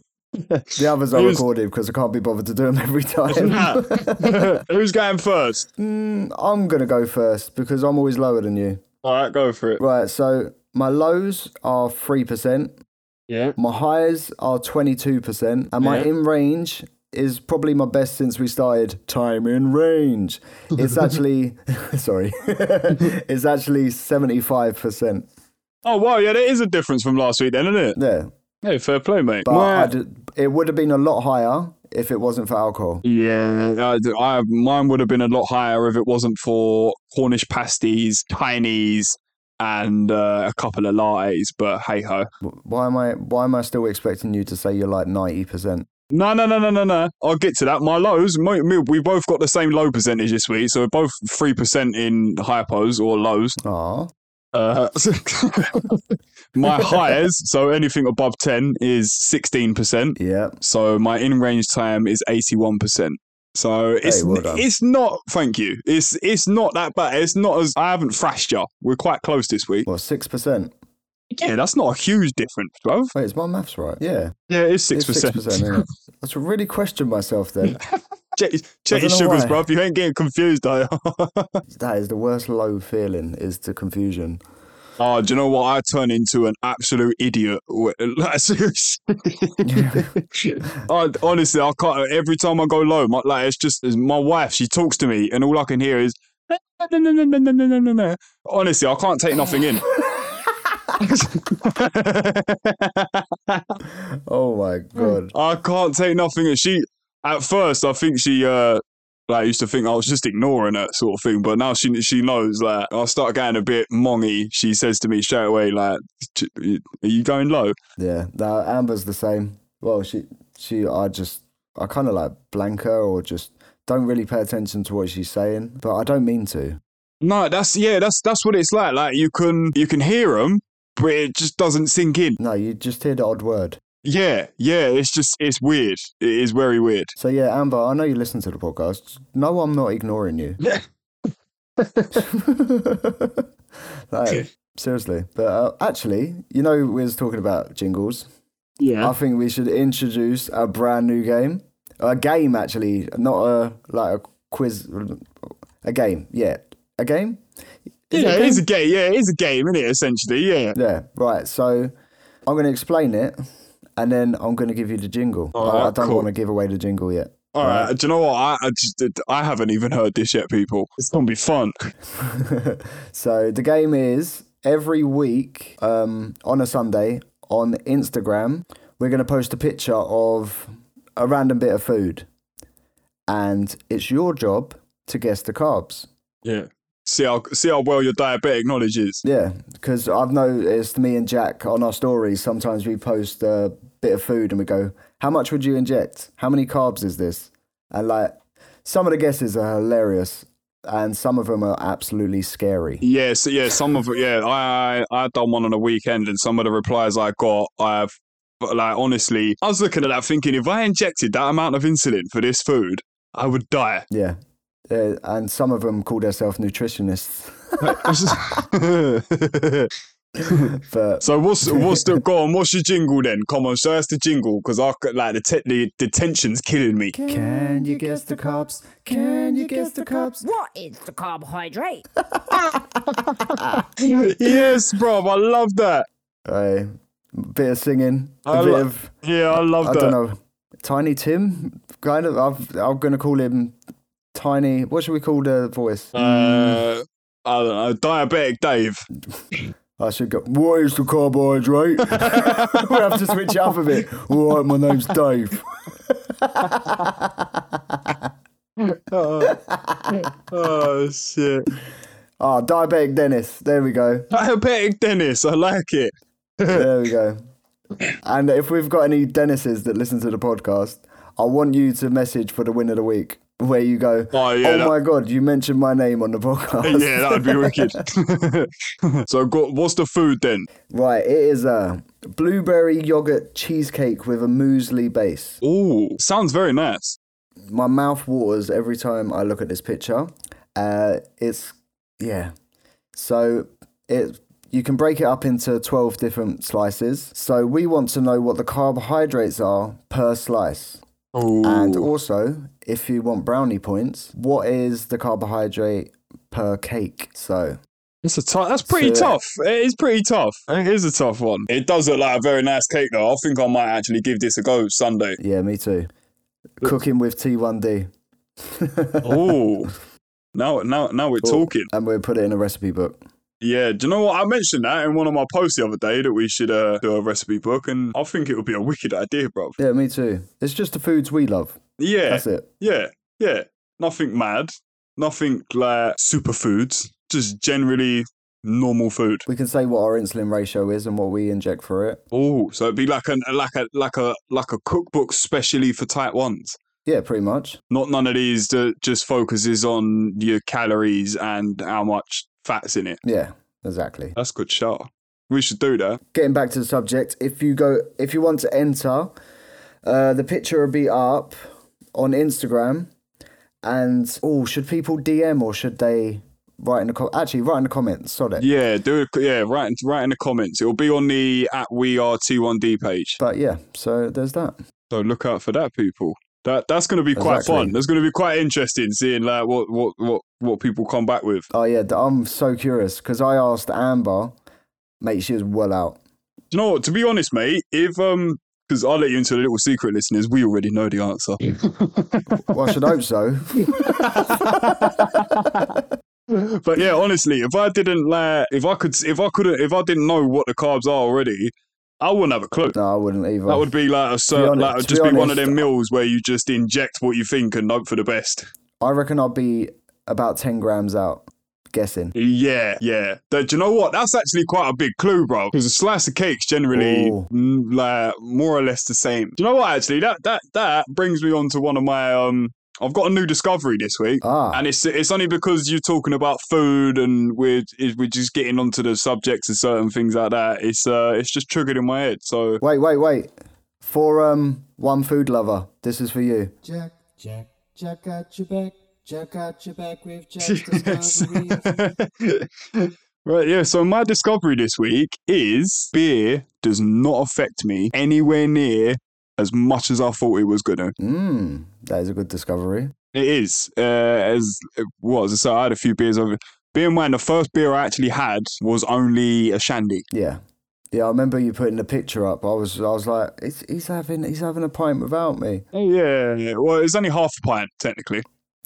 [SPEAKER 1] others are
[SPEAKER 2] Who's-
[SPEAKER 1] recorded because I can't be bothered to do them every time.
[SPEAKER 2] Nah. [LAUGHS] Who's going first?
[SPEAKER 1] Mm, [LAUGHS] I'm going to go first because I'm always lower than you.
[SPEAKER 2] All right, go for it.
[SPEAKER 1] Right. So my lows are 3%.
[SPEAKER 2] Yeah.
[SPEAKER 1] My highs are 22%, and my
[SPEAKER 2] Yeah.
[SPEAKER 1] in range is probably my best since we started time in range.
[SPEAKER 2] [LAUGHS]
[SPEAKER 1] It's actually, [LAUGHS] sorry, it's actually 75%.
[SPEAKER 2] Oh wow, yeah, there is a difference from last week, then, isn't it?
[SPEAKER 1] Yeah,
[SPEAKER 2] Hey, fair play, mate.
[SPEAKER 1] but I did, it would have been a lot higher if it wasn't for alcohol.
[SPEAKER 2] yeah, I, I, mine would have been a lot higher if it wasn't for Cornish pasties, Chinese, and uh, a couple of lattes. But hey ho.
[SPEAKER 1] Why am I? Why am I still expecting you to say you're like 90%?
[SPEAKER 2] No, no, no, no, no, no. I'll get to that. My lows, my, me, we both got the same low percentage this week, so we're both three percent in hypos or lows.
[SPEAKER 1] Ah,
[SPEAKER 2] Uh, [LAUGHS] my highs, so anything above 10 is 16%.
[SPEAKER 1] yeah.
[SPEAKER 2] So my in range time is 81%. So it's
[SPEAKER 1] Hey, well done.
[SPEAKER 2] it's not thank you. It's it's not that bad. It's not as I haven't thrashed you. We're quite close this week.
[SPEAKER 1] Well, six percent.
[SPEAKER 2] Yeah, that's not a huge difference, bro.
[SPEAKER 1] Wait, is my maths right? Yeah,
[SPEAKER 2] Yeah, it's six
[SPEAKER 1] it's
[SPEAKER 2] percent.
[SPEAKER 1] percent. [LAUGHS] I should really question myself then. I
[SPEAKER 2] Check, check your
[SPEAKER 1] don't know
[SPEAKER 2] sugars,
[SPEAKER 1] why.
[SPEAKER 2] bro. You ain't getting confused, are you?
[SPEAKER 1] that is the worst low feeling is to confusion.
[SPEAKER 2] Oh, do you know what? I turn into an absolute idiot. w- [LAUGHS] Like, seriously. [LAUGHS] I, honestly, I can't. Every time I go low, my, like it's just it's my wife. She talks to me, and all I can hear is [LAUGHS] no, no, no, no, no, no, no, no, no. Honestly, I can't take nothing in.
[SPEAKER 1] Oh my god.
[SPEAKER 2] I can't take nothing in. She at first, I think she uh like used to think I was just ignoring her sort of thing, but now she she knows. Like I start getting a bit mongy. She says to me straight away, like, "Are you going low?"
[SPEAKER 1] Yeah. Now Amber's the same. Well, she she I just I kind of like blank her or just don't really pay attention to what she's saying, but I don't mean to.
[SPEAKER 2] No, that's yeah, that's that's what it's like. Like you can you can hear them, but it just doesn't sink in.
[SPEAKER 1] No, you just hear the odd word.
[SPEAKER 2] Yeah, yeah, it's just it's weird. It is very weird.
[SPEAKER 1] So yeah, Amber, I know you listen to the podcast. No, I'm not ignoring you.
[SPEAKER 2] Yeah.
[SPEAKER 1] [LAUGHS] like, seriously. But uh, actually, you know we was talking about jingles. I
[SPEAKER 2] Yeah.
[SPEAKER 1] think we should introduce a brand new game. A game, actually, not a like a quiz. A game, yeah, a game.
[SPEAKER 2] Yeah, it is a game. Yeah, it is a game, isn't it? Essentially, yeah.
[SPEAKER 1] Yeah, right. So I'm going to explain it, and then I'm going to give you the jingle.
[SPEAKER 2] All
[SPEAKER 1] I- I
[SPEAKER 2] right,
[SPEAKER 1] don't
[SPEAKER 2] cool.
[SPEAKER 1] want to give away the jingle yet.
[SPEAKER 2] All right. Do you know what? I I, just, I haven't even heard this yet, people. It's gonna be fun.
[SPEAKER 1] [LAUGHS] So the game is every week um, on a Sunday on Instagram, we're going to post a picture of a random bit of food. And it's your job to guess the carbs.
[SPEAKER 2] Yeah. See how see how well your diabetic knowledge is.
[SPEAKER 1] Yeah, because I've noticed me and Jack on our stories, sometimes we post a bit of food and we go, How much would you inject? How many carbs is this? And like, some of the guesses are hilarious and some of them are absolutely scary.
[SPEAKER 2] Yeah, so yeah, some of yeah, I I I done one on a weekend, and some of the replies I got, I've but like honestly, I was looking at that thinking, if I injected that amount of insulin for this food, I would die. [LAUGHS]
[SPEAKER 1] Yeah. Uh, and some of them call themselves nutritionists. [LAUGHS] But
[SPEAKER 2] so what's what's the go on? What's your jingle then? Come on, show us the jingle because I c- like the, te- the the tension's killing me.
[SPEAKER 1] can you guess the carbs? Can you guess the carbs?
[SPEAKER 4] What is the carbohydrate?
[SPEAKER 2] [LAUGHS] yes, bro, I love that.
[SPEAKER 1] Uh, bit of singing, a
[SPEAKER 2] I
[SPEAKER 1] bit
[SPEAKER 2] lo-
[SPEAKER 1] of,
[SPEAKER 2] Yeah, I love
[SPEAKER 1] I
[SPEAKER 2] that.
[SPEAKER 1] don't know, Tiny Tim? Kind of. I've, I'm going to call him Tiny. What should we call the voice?
[SPEAKER 2] Uh, I don't know, diabetic Dave.
[SPEAKER 1] I should go, what is the [LAUGHS] carbohydrate? we'll have to switch it up a bit. All right, my name's Dave.
[SPEAKER 2] oh shit.
[SPEAKER 1] Ah, diabetic Dennis. There we go.
[SPEAKER 2] Diabetic Dennis, I like it.
[SPEAKER 1] There we go. And if we've got any Dennises that listen to the podcast, I want you to message for the win of the week where you go,
[SPEAKER 2] Oh, yeah,
[SPEAKER 1] oh
[SPEAKER 2] that-
[SPEAKER 1] my God, you mentioned my name on the podcast.
[SPEAKER 2] [LAUGHS] Yeah, that would be wicked. so, go, what's the food then?
[SPEAKER 1] [LAUGHS] Right, it is a blueberry yogurt cheesecake with a muesli base.
[SPEAKER 2] Ooh, sounds very nice.
[SPEAKER 1] my mouth waters every time I look at this picture. Uh, it's yeah. So it you can break it up into twelve different slices. So we want to know what the carbohydrates are per slice, and
[SPEAKER 2] Ooh.
[SPEAKER 1] also if you want brownie points, what is the carbohydrate per cake? So
[SPEAKER 2] It's a tou- that's pretty
[SPEAKER 1] So-
[SPEAKER 2] tough. It is pretty tough. It is a tough one. It does look like a very nice cake, though. I think I might actually give this a go Sunday.
[SPEAKER 1] yeah, me too. Cooking with T1D,
[SPEAKER 2] Ooh. Now, now, now we're talking.
[SPEAKER 1] [LAUGHS] and we'll put it in a recipe book.
[SPEAKER 2] Yeah, do you know what? I mentioned that in one of my posts the other day that we should uh, do a recipe book, and I think it would be a wicked idea, bro.
[SPEAKER 1] Yeah, me too. It's just the foods we love.
[SPEAKER 2] Yeah,
[SPEAKER 1] That's it.
[SPEAKER 2] yeah, yeah. Nothing mad, nothing like superfoods, just generally normal food.
[SPEAKER 1] We can say what our insulin ratio is and what we inject for it.
[SPEAKER 2] Oh, so it'd be like a like a like a like a cookbook specially for type ones.
[SPEAKER 1] Yeah, pretty much.
[SPEAKER 2] Not none of these that just focuses on your calories and how much fats in it.
[SPEAKER 1] Yeah, exactly.
[SPEAKER 2] That's good shot. We should do that.
[SPEAKER 1] Getting back to the subject, if you go, if you want to enter, uh, the picture will be up on Instagram. And oh, should people DM or should they write in the com- actually write in the comments? Sod it.
[SPEAKER 2] Yeah, do it. Yeah, write write in the comments. It'll be on the at we are T1D page.
[SPEAKER 1] But yeah, so there's that.
[SPEAKER 2] So look out for that, people. That that's going to be quite
[SPEAKER 1] Exactly.
[SPEAKER 2] fun. That's going to be quite interesting seeing like what what what what people come back with.
[SPEAKER 1] Oh yeah, th- I'm so curious because I asked Amber, mate, she was well out.
[SPEAKER 2] Do you know what? To be honest, mate, if um, because I'll let you into a little secret, listeners. We already know the answer.
[SPEAKER 1] Well, I should hope
[SPEAKER 2] [LAUGHS]
[SPEAKER 1] so.
[SPEAKER 2] But yeah, honestly, if I didn't like, if I could, if I couldn't, if I didn't know what the carbs are already, I wouldn't have a clue.
[SPEAKER 1] No, I wouldn't either.
[SPEAKER 2] That would be like a
[SPEAKER 1] be
[SPEAKER 2] certain,
[SPEAKER 1] honest-
[SPEAKER 2] like it would
[SPEAKER 1] to
[SPEAKER 2] just
[SPEAKER 1] be
[SPEAKER 2] be one of
[SPEAKER 1] honest,
[SPEAKER 2] them meals where you just inject what you think and hope for the best.
[SPEAKER 1] I reckon I'd be about ten grams out. Guessing.
[SPEAKER 2] Yeah, yeah. That- do you know what? That's actually quite a big clue, bro. Because a slice of cake's generally
[SPEAKER 1] Ooh.
[SPEAKER 2] mm, like more or less the same. Do you know what? Actually, that that that brings me on to one of my um. I've got a new discovery this week.
[SPEAKER 1] Ah.
[SPEAKER 2] And it's it's only because you're talking about food and we're is- we're just getting onto the subjects and certain things like that. It's uh it's just triggered in my head. So
[SPEAKER 1] Wait, wait, wait. For um one food lover, this is for you.
[SPEAKER 3] Jack, Jack, Jack got your back. Jack got your back with Jack's discovery.
[SPEAKER 2] [LAUGHS] right, yeah. So my discovery this week is beer does not affect me anywhere near as much as I thought it was gonna.
[SPEAKER 1] Mmm, that is a good discovery.
[SPEAKER 2] It is. Uh, as it was. So I had a few beers over. Bear in mind, the first beer I actually had was only a shandy.
[SPEAKER 1] Yeah, Yeah, I remember you putting the picture up. I was, I was like, he's, he's having, he's having a pint without me.
[SPEAKER 2] Oh, yeah, yeah. Well, it's only half a pint, technically.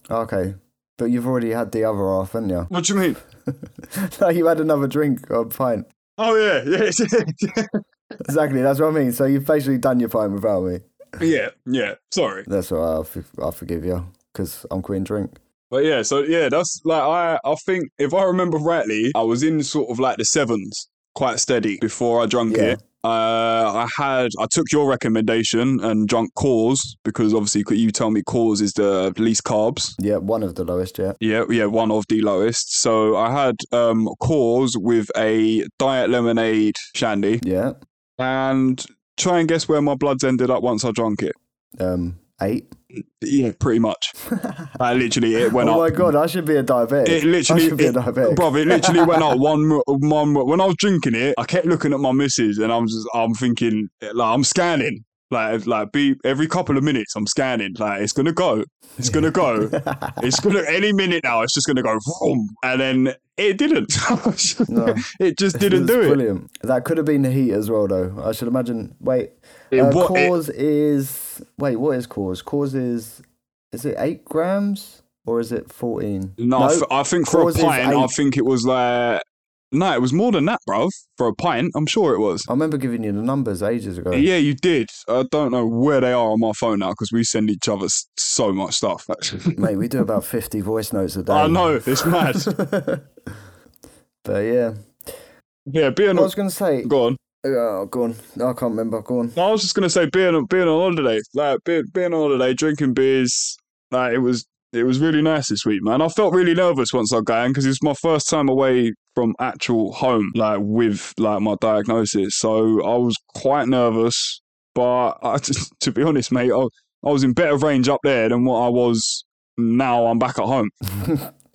[SPEAKER 1] Okay, but you've already had the other half, haven't [LAUGHS] you?
[SPEAKER 2] What do you mean?
[SPEAKER 1] no, you had another drink or pint.
[SPEAKER 2] Oh, yeah, [LAUGHS] yeah,
[SPEAKER 1] Exactly, that's what I mean. So you've basically done your pint without me.
[SPEAKER 2] yeah, yeah. Sorry.
[SPEAKER 1] That's all right. I'll, f- I'll forgive you because I'm quitting drink.
[SPEAKER 2] But yeah, so yeah, that's like I I think if I remember rightly, I was in sort of like the sevens quite steady before I drunk
[SPEAKER 1] Yeah.
[SPEAKER 2] it. Uh, I had I took your recommendation and drunk cause because obviously could you tell me cause is the least carbs.
[SPEAKER 1] Yeah, one of the lowest. Yeah.
[SPEAKER 2] Yeah, yeah, one of the lowest. So I had um cause with a diet lemonade shandy
[SPEAKER 1] Yeah.
[SPEAKER 2] and try and guess where my bloods ended up once I drunk it.
[SPEAKER 1] Um, eight.
[SPEAKER 2] Yeah,
[SPEAKER 1] [LAUGHS]
[SPEAKER 2] pretty much. I literally it went
[SPEAKER 1] oh
[SPEAKER 2] up.
[SPEAKER 1] my god, I should be a diabetic.
[SPEAKER 2] It literally,
[SPEAKER 1] I should be a diabetic.
[SPEAKER 2] it, bro, it literally
[SPEAKER 1] [LAUGHS]
[SPEAKER 2] went out one, mo- one. mo- When I was drinking it, I kept looking at my missus, and I'm just, I'm thinking, like, I'm scanning, like, like, be every couple of minutes, I'm scanning, like, it's gonna go, it's
[SPEAKER 1] [LAUGHS]
[SPEAKER 2] gonna go, it's gonna any minute now, it's just gonna go, vroom. and then it didn't, [LAUGHS]
[SPEAKER 1] No.
[SPEAKER 2] it just didn't
[SPEAKER 1] That's
[SPEAKER 2] do it.
[SPEAKER 1] Brilliant. That could have been the heat as well, though. I should imagine. Wait,
[SPEAKER 2] It
[SPEAKER 1] uh,
[SPEAKER 2] wa- it-
[SPEAKER 1] cause is wait. What is cause? Cause is is it eight grams or is it fourteen?
[SPEAKER 2] No, I th- I think for a
[SPEAKER 1] causes
[SPEAKER 2] pint, I
[SPEAKER 1] eight.
[SPEAKER 2] think it was like, no, it was more than that, bruv. For a pint, I'm sure it was.
[SPEAKER 1] I remember giving you the numbers ages ago.
[SPEAKER 2] Yeah, you did. I don't know where they are on my phone now because we send each other s- so much stuff. Actually,
[SPEAKER 1] Mate, we do about fifty voice notes a day.
[SPEAKER 2] [LAUGHS] I know it's mad.
[SPEAKER 1] [LAUGHS] But yeah,
[SPEAKER 2] yeah, being
[SPEAKER 1] I
[SPEAKER 2] on,
[SPEAKER 1] was gonna say.
[SPEAKER 2] go on.
[SPEAKER 1] Oh, go on. I can't remember. Go on.
[SPEAKER 2] No, I was just gonna say being on, being on holiday, like being, being on holiday, drinking beers. Like it was, it was really nice this week, man. I felt really nervous once I got in because it was my first time away from actual home, like with like my diagnosis. So I was quite nervous, but I, [LAUGHS] to be honest, mate, I, I was in better range up there than what I was now. I'm back at home.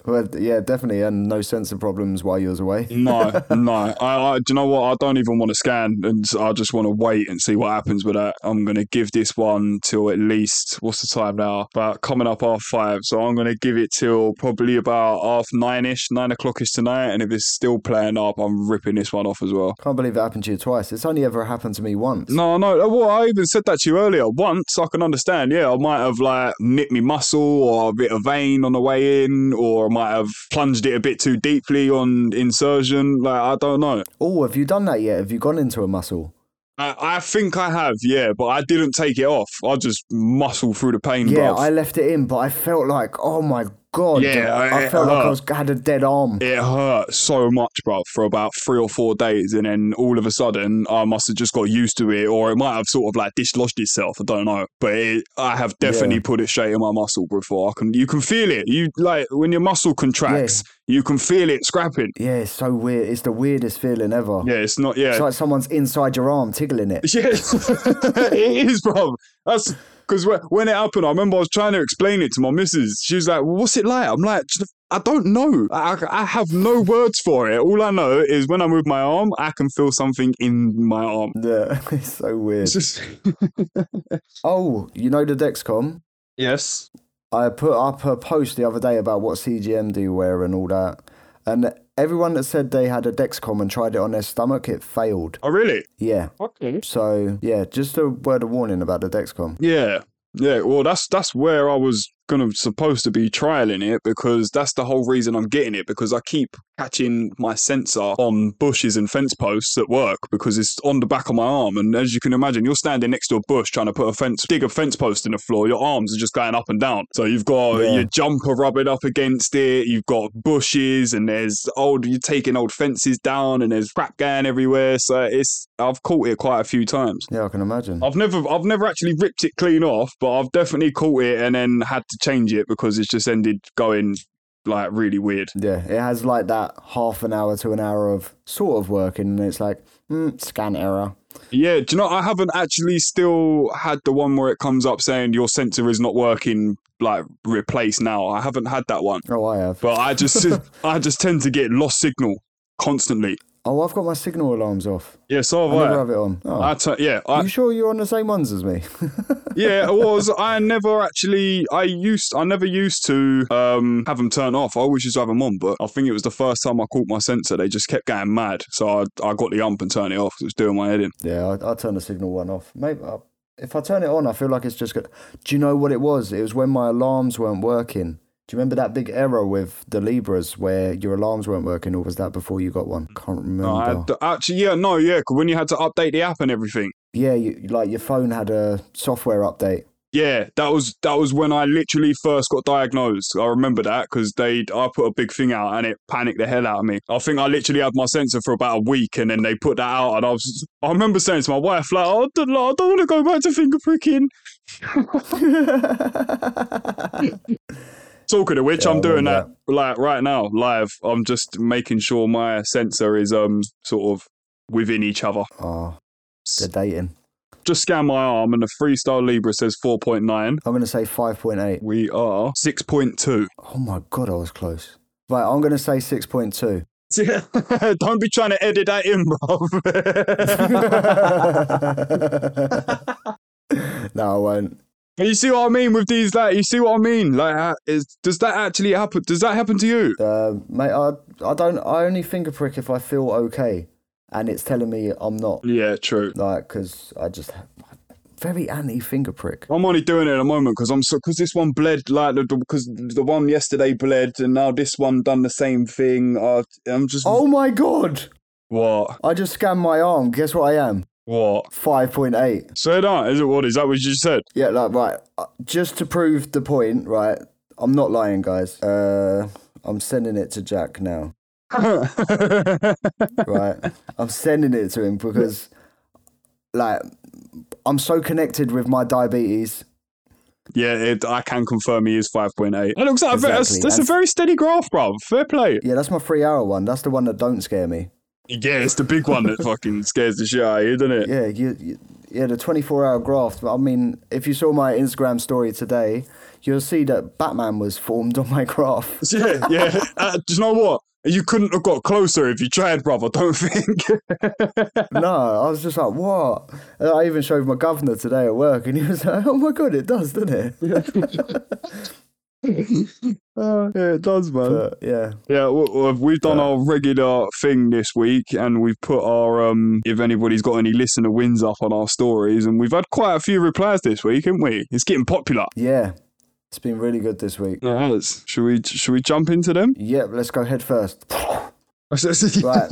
[SPEAKER 1] Well, yeah, definitely, and no sensor problems while you was away.
[SPEAKER 2] No, no. I, I, do you know what? I don't even want to scan, and s- I just want to wait and see what happens with that. I'm gonna give this one till at least what's the time now? About coming up half five, so I'm gonna give it till probably about half nine ish, nine o'clock ish tonight. And if it's still playing up, I'm ripping this one off as well.
[SPEAKER 1] Can't believe it happened to you twice. It's only ever happened to me once.
[SPEAKER 2] No, no. uh, Well, I even said that to you earlier. Once I can understand. Yeah, I might have like nipped me muscle or a bit of vein on the way in, or I might have plunged it a bit too deeply on insertion. Like I don't know.
[SPEAKER 1] Oh, have you done that yet? Have you gone into a muscle?
[SPEAKER 2] I, I think I have, yeah, but I didn't take it off. I just muscle through the pain.
[SPEAKER 1] Yeah,
[SPEAKER 2] bruv.
[SPEAKER 1] I left it in, but I felt like, oh my god,
[SPEAKER 2] Yeah,
[SPEAKER 1] I,
[SPEAKER 2] it
[SPEAKER 1] felt like I
[SPEAKER 2] hurt.
[SPEAKER 1] was had a dead arm.
[SPEAKER 2] it hurt so much, bruv, for about three or four days, and then all of a sudden, I must have just got used to it, or it might have sort of like dislodged itself. I don't know, but it, I have definitely
[SPEAKER 1] Yeah.
[SPEAKER 2] put it straight in my muscle before. I can, you can feel it. You like when your muscle contracts, you can feel it scrapping.
[SPEAKER 1] Yeah, it's so weird. It's the weirdest feeling ever.
[SPEAKER 2] Yeah, it's not. Yeah,
[SPEAKER 1] It's like someone's inside your arm tickling
[SPEAKER 2] [LAUGHS]
[SPEAKER 1] it.
[SPEAKER 2] Yeah, it is, bro. That's because when it happened, I remember I was trying to explain it to my missus. She was like, well, "What's it like?" I'm like, "I don't know. I, I have no words for it. All I know is when I move my arm, I can feel something in my arm."
[SPEAKER 1] Yeah, [LAUGHS] it's so weird.
[SPEAKER 2] It's just
[SPEAKER 1] Oh, you know the Dexcom?
[SPEAKER 2] yes.
[SPEAKER 1] I put up a post the other day about what CGM do wear and all that. And everyone that said they had a Dexcom and tried it on their stomach, it failed.
[SPEAKER 2] Oh, really?
[SPEAKER 1] Yeah.
[SPEAKER 2] Okay.
[SPEAKER 1] So, yeah, just a word of warning about the Dexcom.
[SPEAKER 2] Yeah. Yeah, well, that's that's where I was gonna supposed to be trialing it because that's the whole reason I'm getting it because I keep catching my sensor on bushes and fence posts at work because it's on the back of my arm and as you can imagine, you're standing next to a bush trying to put a fence, dig a fence post in the floor. Your arms are just going up and down, so you've got
[SPEAKER 1] Yeah.
[SPEAKER 2] your jumper rubbing up against it. You've got bushes and there's old, you're taking old fences down and there's crap going everywhere. So it's I've caught it quite a few times.
[SPEAKER 1] Yeah, I can imagine.
[SPEAKER 2] I've never, I've never actually ripped it clean off, but I've definitely caught it and then had to change it because it's just ended going like really weird.
[SPEAKER 1] Yeah, it has like that half an hour to an hour of sort of working, and it's like mm, scan error.
[SPEAKER 2] Yeah, do you know? I haven't actually still had the one where it comes up saying your sensor is not working, like replace now. I haven't had that one,
[SPEAKER 1] Oh, I have. [LAUGHS]
[SPEAKER 2] but I just, I just tend to get lost signal constantly.
[SPEAKER 1] Oh, I've got my signal alarms off.
[SPEAKER 2] Yeah, so
[SPEAKER 1] I never
[SPEAKER 2] have
[SPEAKER 1] have it on. Oh.
[SPEAKER 2] I. I tu- yeah, I,
[SPEAKER 1] you sure you're on the same ones as me? [LAUGHS]
[SPEAKER 2] yeah, it was. I never actually, I used, I never used to um, have them turn off. I always used to have them on, but I think it was the first time I caught my sensor. They just kept getting mad, so I, I got the ump and turned it off. 'cause it was doing my head in.
[SPEAKER 1] yeah, I, I turn the signal one off. Maybe I, if I turn it on, I feel like it's just. Got, do you know what it was? It was when my alarms weren't working. Do you remember that big error with the Libras where your alarms weren't working, or was that before you got one? Can't remember.
[SPEAKER 2] No, I had to- actually, yeah, no, yeah, 'cause when you had to update the app and everything.
[SPEAKER 1] yeah, you, like your phone had a software
[SPEAKER 2] [LAUGHS]
[SPEAKER 1] update. [LAUGHS]
[SPEAKER 2] Yeah, that was that was when I literally first got diagnosed. I remember that because they I put a big thing out and it panicked the hell out of me. I think I literally had my sensor for about a week and then they put that out and I was I remember saying to my wife like oh, I don't, I don't want to go back to finger pricking. Talking of which,
[SPEAKER 1] Yeah,
[SPEAKER 2] I'm
[SPEAKER 1] I
[SPEAKER 2] doing that
[SPEAKER 1] remember
[SPEAKER 2] like right now live. I'm just making sure my sensor is um sort of within each other.
[SPEAKER 1] Oh, they're dating.
[SPEAKER 2] Just scan my arm and the freestyle Libra says 4.9.
[SPEAKER 1] I'm gonna say five point eight.
[SPEAKER 2] We are 6.2.
[SPEAKER 1] Oh my god, I was close. Right, I'm gonna say six point two. [LAUGHS]
[SPEAKER 2] Yeah. [LAUGHS] Don't be trying to edit that in, bro. [LAUGHS]
[SPEAKER 1] no, I won't.
[SPEAKER 2] you see what I mean with these? Like, you see what I mean? Like, uh, is, does that actually happen? Does that happen to you?
[SPEAKER 1] Uh, mate, I, I don't. I only finger prick if I feel okay, and it's telling me I'm not.
[SPEAKER 2] Yeah, true.
[SPEAKER 1] Like, cause I just very anti finger prick.
[SPEAKER 2] I'm only doing it at the moment because I'm so because this one bled like because the one yesterday bled and now this one done the same thing. Uh, I'm just
[SPEAKER 1] Oh my god!
[SPEAKER 2] what
[SPEAKER 1] I just scanned my arm. Guess what I am?
[SPEAKER 2] what.
[SPEAKER 1] Five point eight.
[SPEAKER 2] So that is it. What is that? What you said? [LAUGHS]
[SPEAKER 1] Yeah, like right. uh, Just to prove the point, right? I'm not lying, guys. Uh, I'm sending it to Jack now. right? I'm sending it to him because, like, I'm so connected with my diabetes.
[SPEAKER 2] yeah, it, I can confirm he is five point eight. That looks like a, that's,
[SPEAKER 1] Exactly,
[SPEAKER 2] that's a
[SPEAKER 1] and-
[SPEAKER 2] very steady graph, bro. Fair play.
[SPEAKER 1] Yeah, that's my three hour one. That's the one that don't scare me.
[SPEAKER 2] Yeah, it's the big one [LAUGHS] that fucking scares the shit out of you, doesn't it?
[SPEAKER 1] Yeah, you, you yeah, the 24 hour graft. I mean, if you saw my Instagram story today, you'll see that Batman was formed on my
[SPEAKER 2] [LAUGHS]
[SPEAKER 1] graph.
[SPEAKER 2] Yeah, yeah. Uh, do you know what? You couldn't have got closer if you tried, brother. Don't [LAUGHS] think.
[SPEAKER 1] no, I was just like, what? And I even showed my governor today at work, and he was like, oh my god, it does, doesn't it?
[SPEAKER 2] yeah, it does, man.
[SPEAKER 1] But yeah,
[SPEAKER 2] yeah, w- w- we've done our regular thing this week, and we've put our um, if anybody's got any listener wins up on our stories, and we've had quite a few replies this week, haven't we? It's getting popular.
[SPEAKER 1] yeah, it's been really good this week.
[SPEAKER 2] Yeah, should we should we jump into them?
[SPEAKER 1] Yep, let's go head first. Right.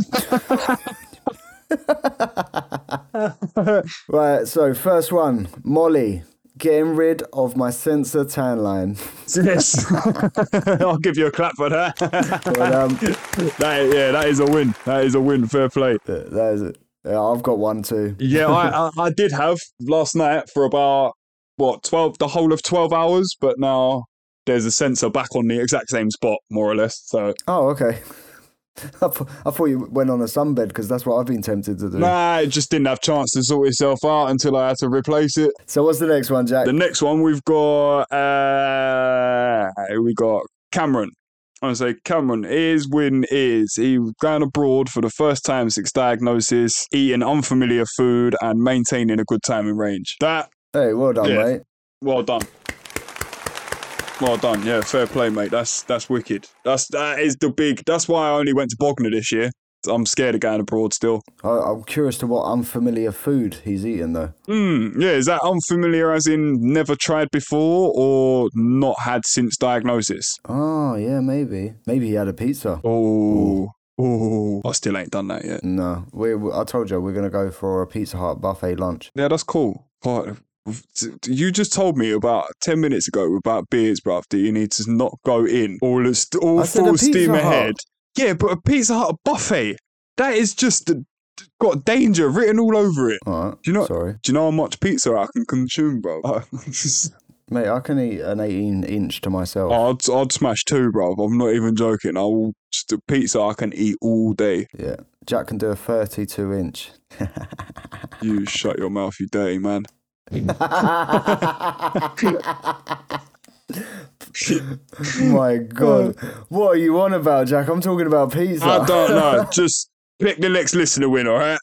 [SPEAKER 1] right, so first one, Molly, getting rid of my sensor tan line. [LAUGHS]
[SPEAKER 2] Yes, [LAUGHS] I'll give you a clap for that. [LAUGHS]
[SPEAKER 1] But, um,
[SPEAKER 2] that. Yeah, that is a win. That is a win. Fair play.
[SPEAKER 1] that is it. Yeah, I've got one too.
[SPEAKER 2] Yeah, I, I I did have last night for about what twelve the whole of twelve hours, but now there's a sensor back on the exact same spot, more or less. So
[SPEAKER 1] Oh, okay. [LAUGHS] I, th- I thought you went on a sunbed because that's what I've been tempted to do.
[SPEAKER 2] nah, it just didn't have chance to sort itself out until I had to replace it.
[SPEAKER 1] So what's the next one, Jack?
[SPEAKER 2] The next one we've got uh we got Cameron. I say Cameron, his win is he going abroad for the first time since diagnosis, eating unfamiliar food and maintaining a good timing range. That
[SPEAKER 1] hey, well done,
[SPEAKER 2] Yeah.
[SPEAKER 1] mate.
[SPEAKER 2] Well done. Well done. Yeah, fair play, mate. That's that's wicked. That's that is the big. That's why I only went to Bognor this year. I'm scared of going abroad still.
[SPEAKER 1] I, I'm curious to what unfamiliar food he's eating though.
[SPEAKER 2] Hmm. Yeah. Is that unfamiliar, as in never tried before, or not had since diagnosis?
[SPEAKER 1] Oh, yeah, maybe. Maybe he had a pizza.
[SPEAKER 2] Oh. Oh. I still ain't done that yet.
[SPEAKER 1] No, we, we- I told you we're gonna go for a Pizza Hut buffet lunch.
[SPEAKER 2] Yeah, that's cool. But you just told me about ten minutes ago about beers, bruv. That you need to not go in all is- all
[SPEAKER 1] I said a
[SPEAKER 2] full steam
[SPEAKER 1] Pizza Hut.
[SPEAKER 2] ahead. Yeah, but a Pizza Hut buffet that is just got danger written all over it.
[SPEAKER 1] All right.
[SPEAKER 2] Do you know?
[SPEAKER 1] Sorry,
[SPEAKER 2] Do you know how much pizza I can consume, bro? [LAUGHS]
[SPEAKER 1] mate. I can eat an 18 inch to myself.
[SPEAKER 2] I'd, I'd smash two, bro. I'm not even joking. I will just pizza I can eat all day.
[SPEAKER 1] Yeah, Jack can do a 32 inch.
[SPEAKER 2] [LAUGHS] You shut your mouth, you dirty [LAUGHS] man.
[SPEAKER 1] My God, what are you on about, Jack? I'm talking about pizza.
[SPEAKER 2] [LAUGHS] I don't know. Just Pick the next listener win, all right?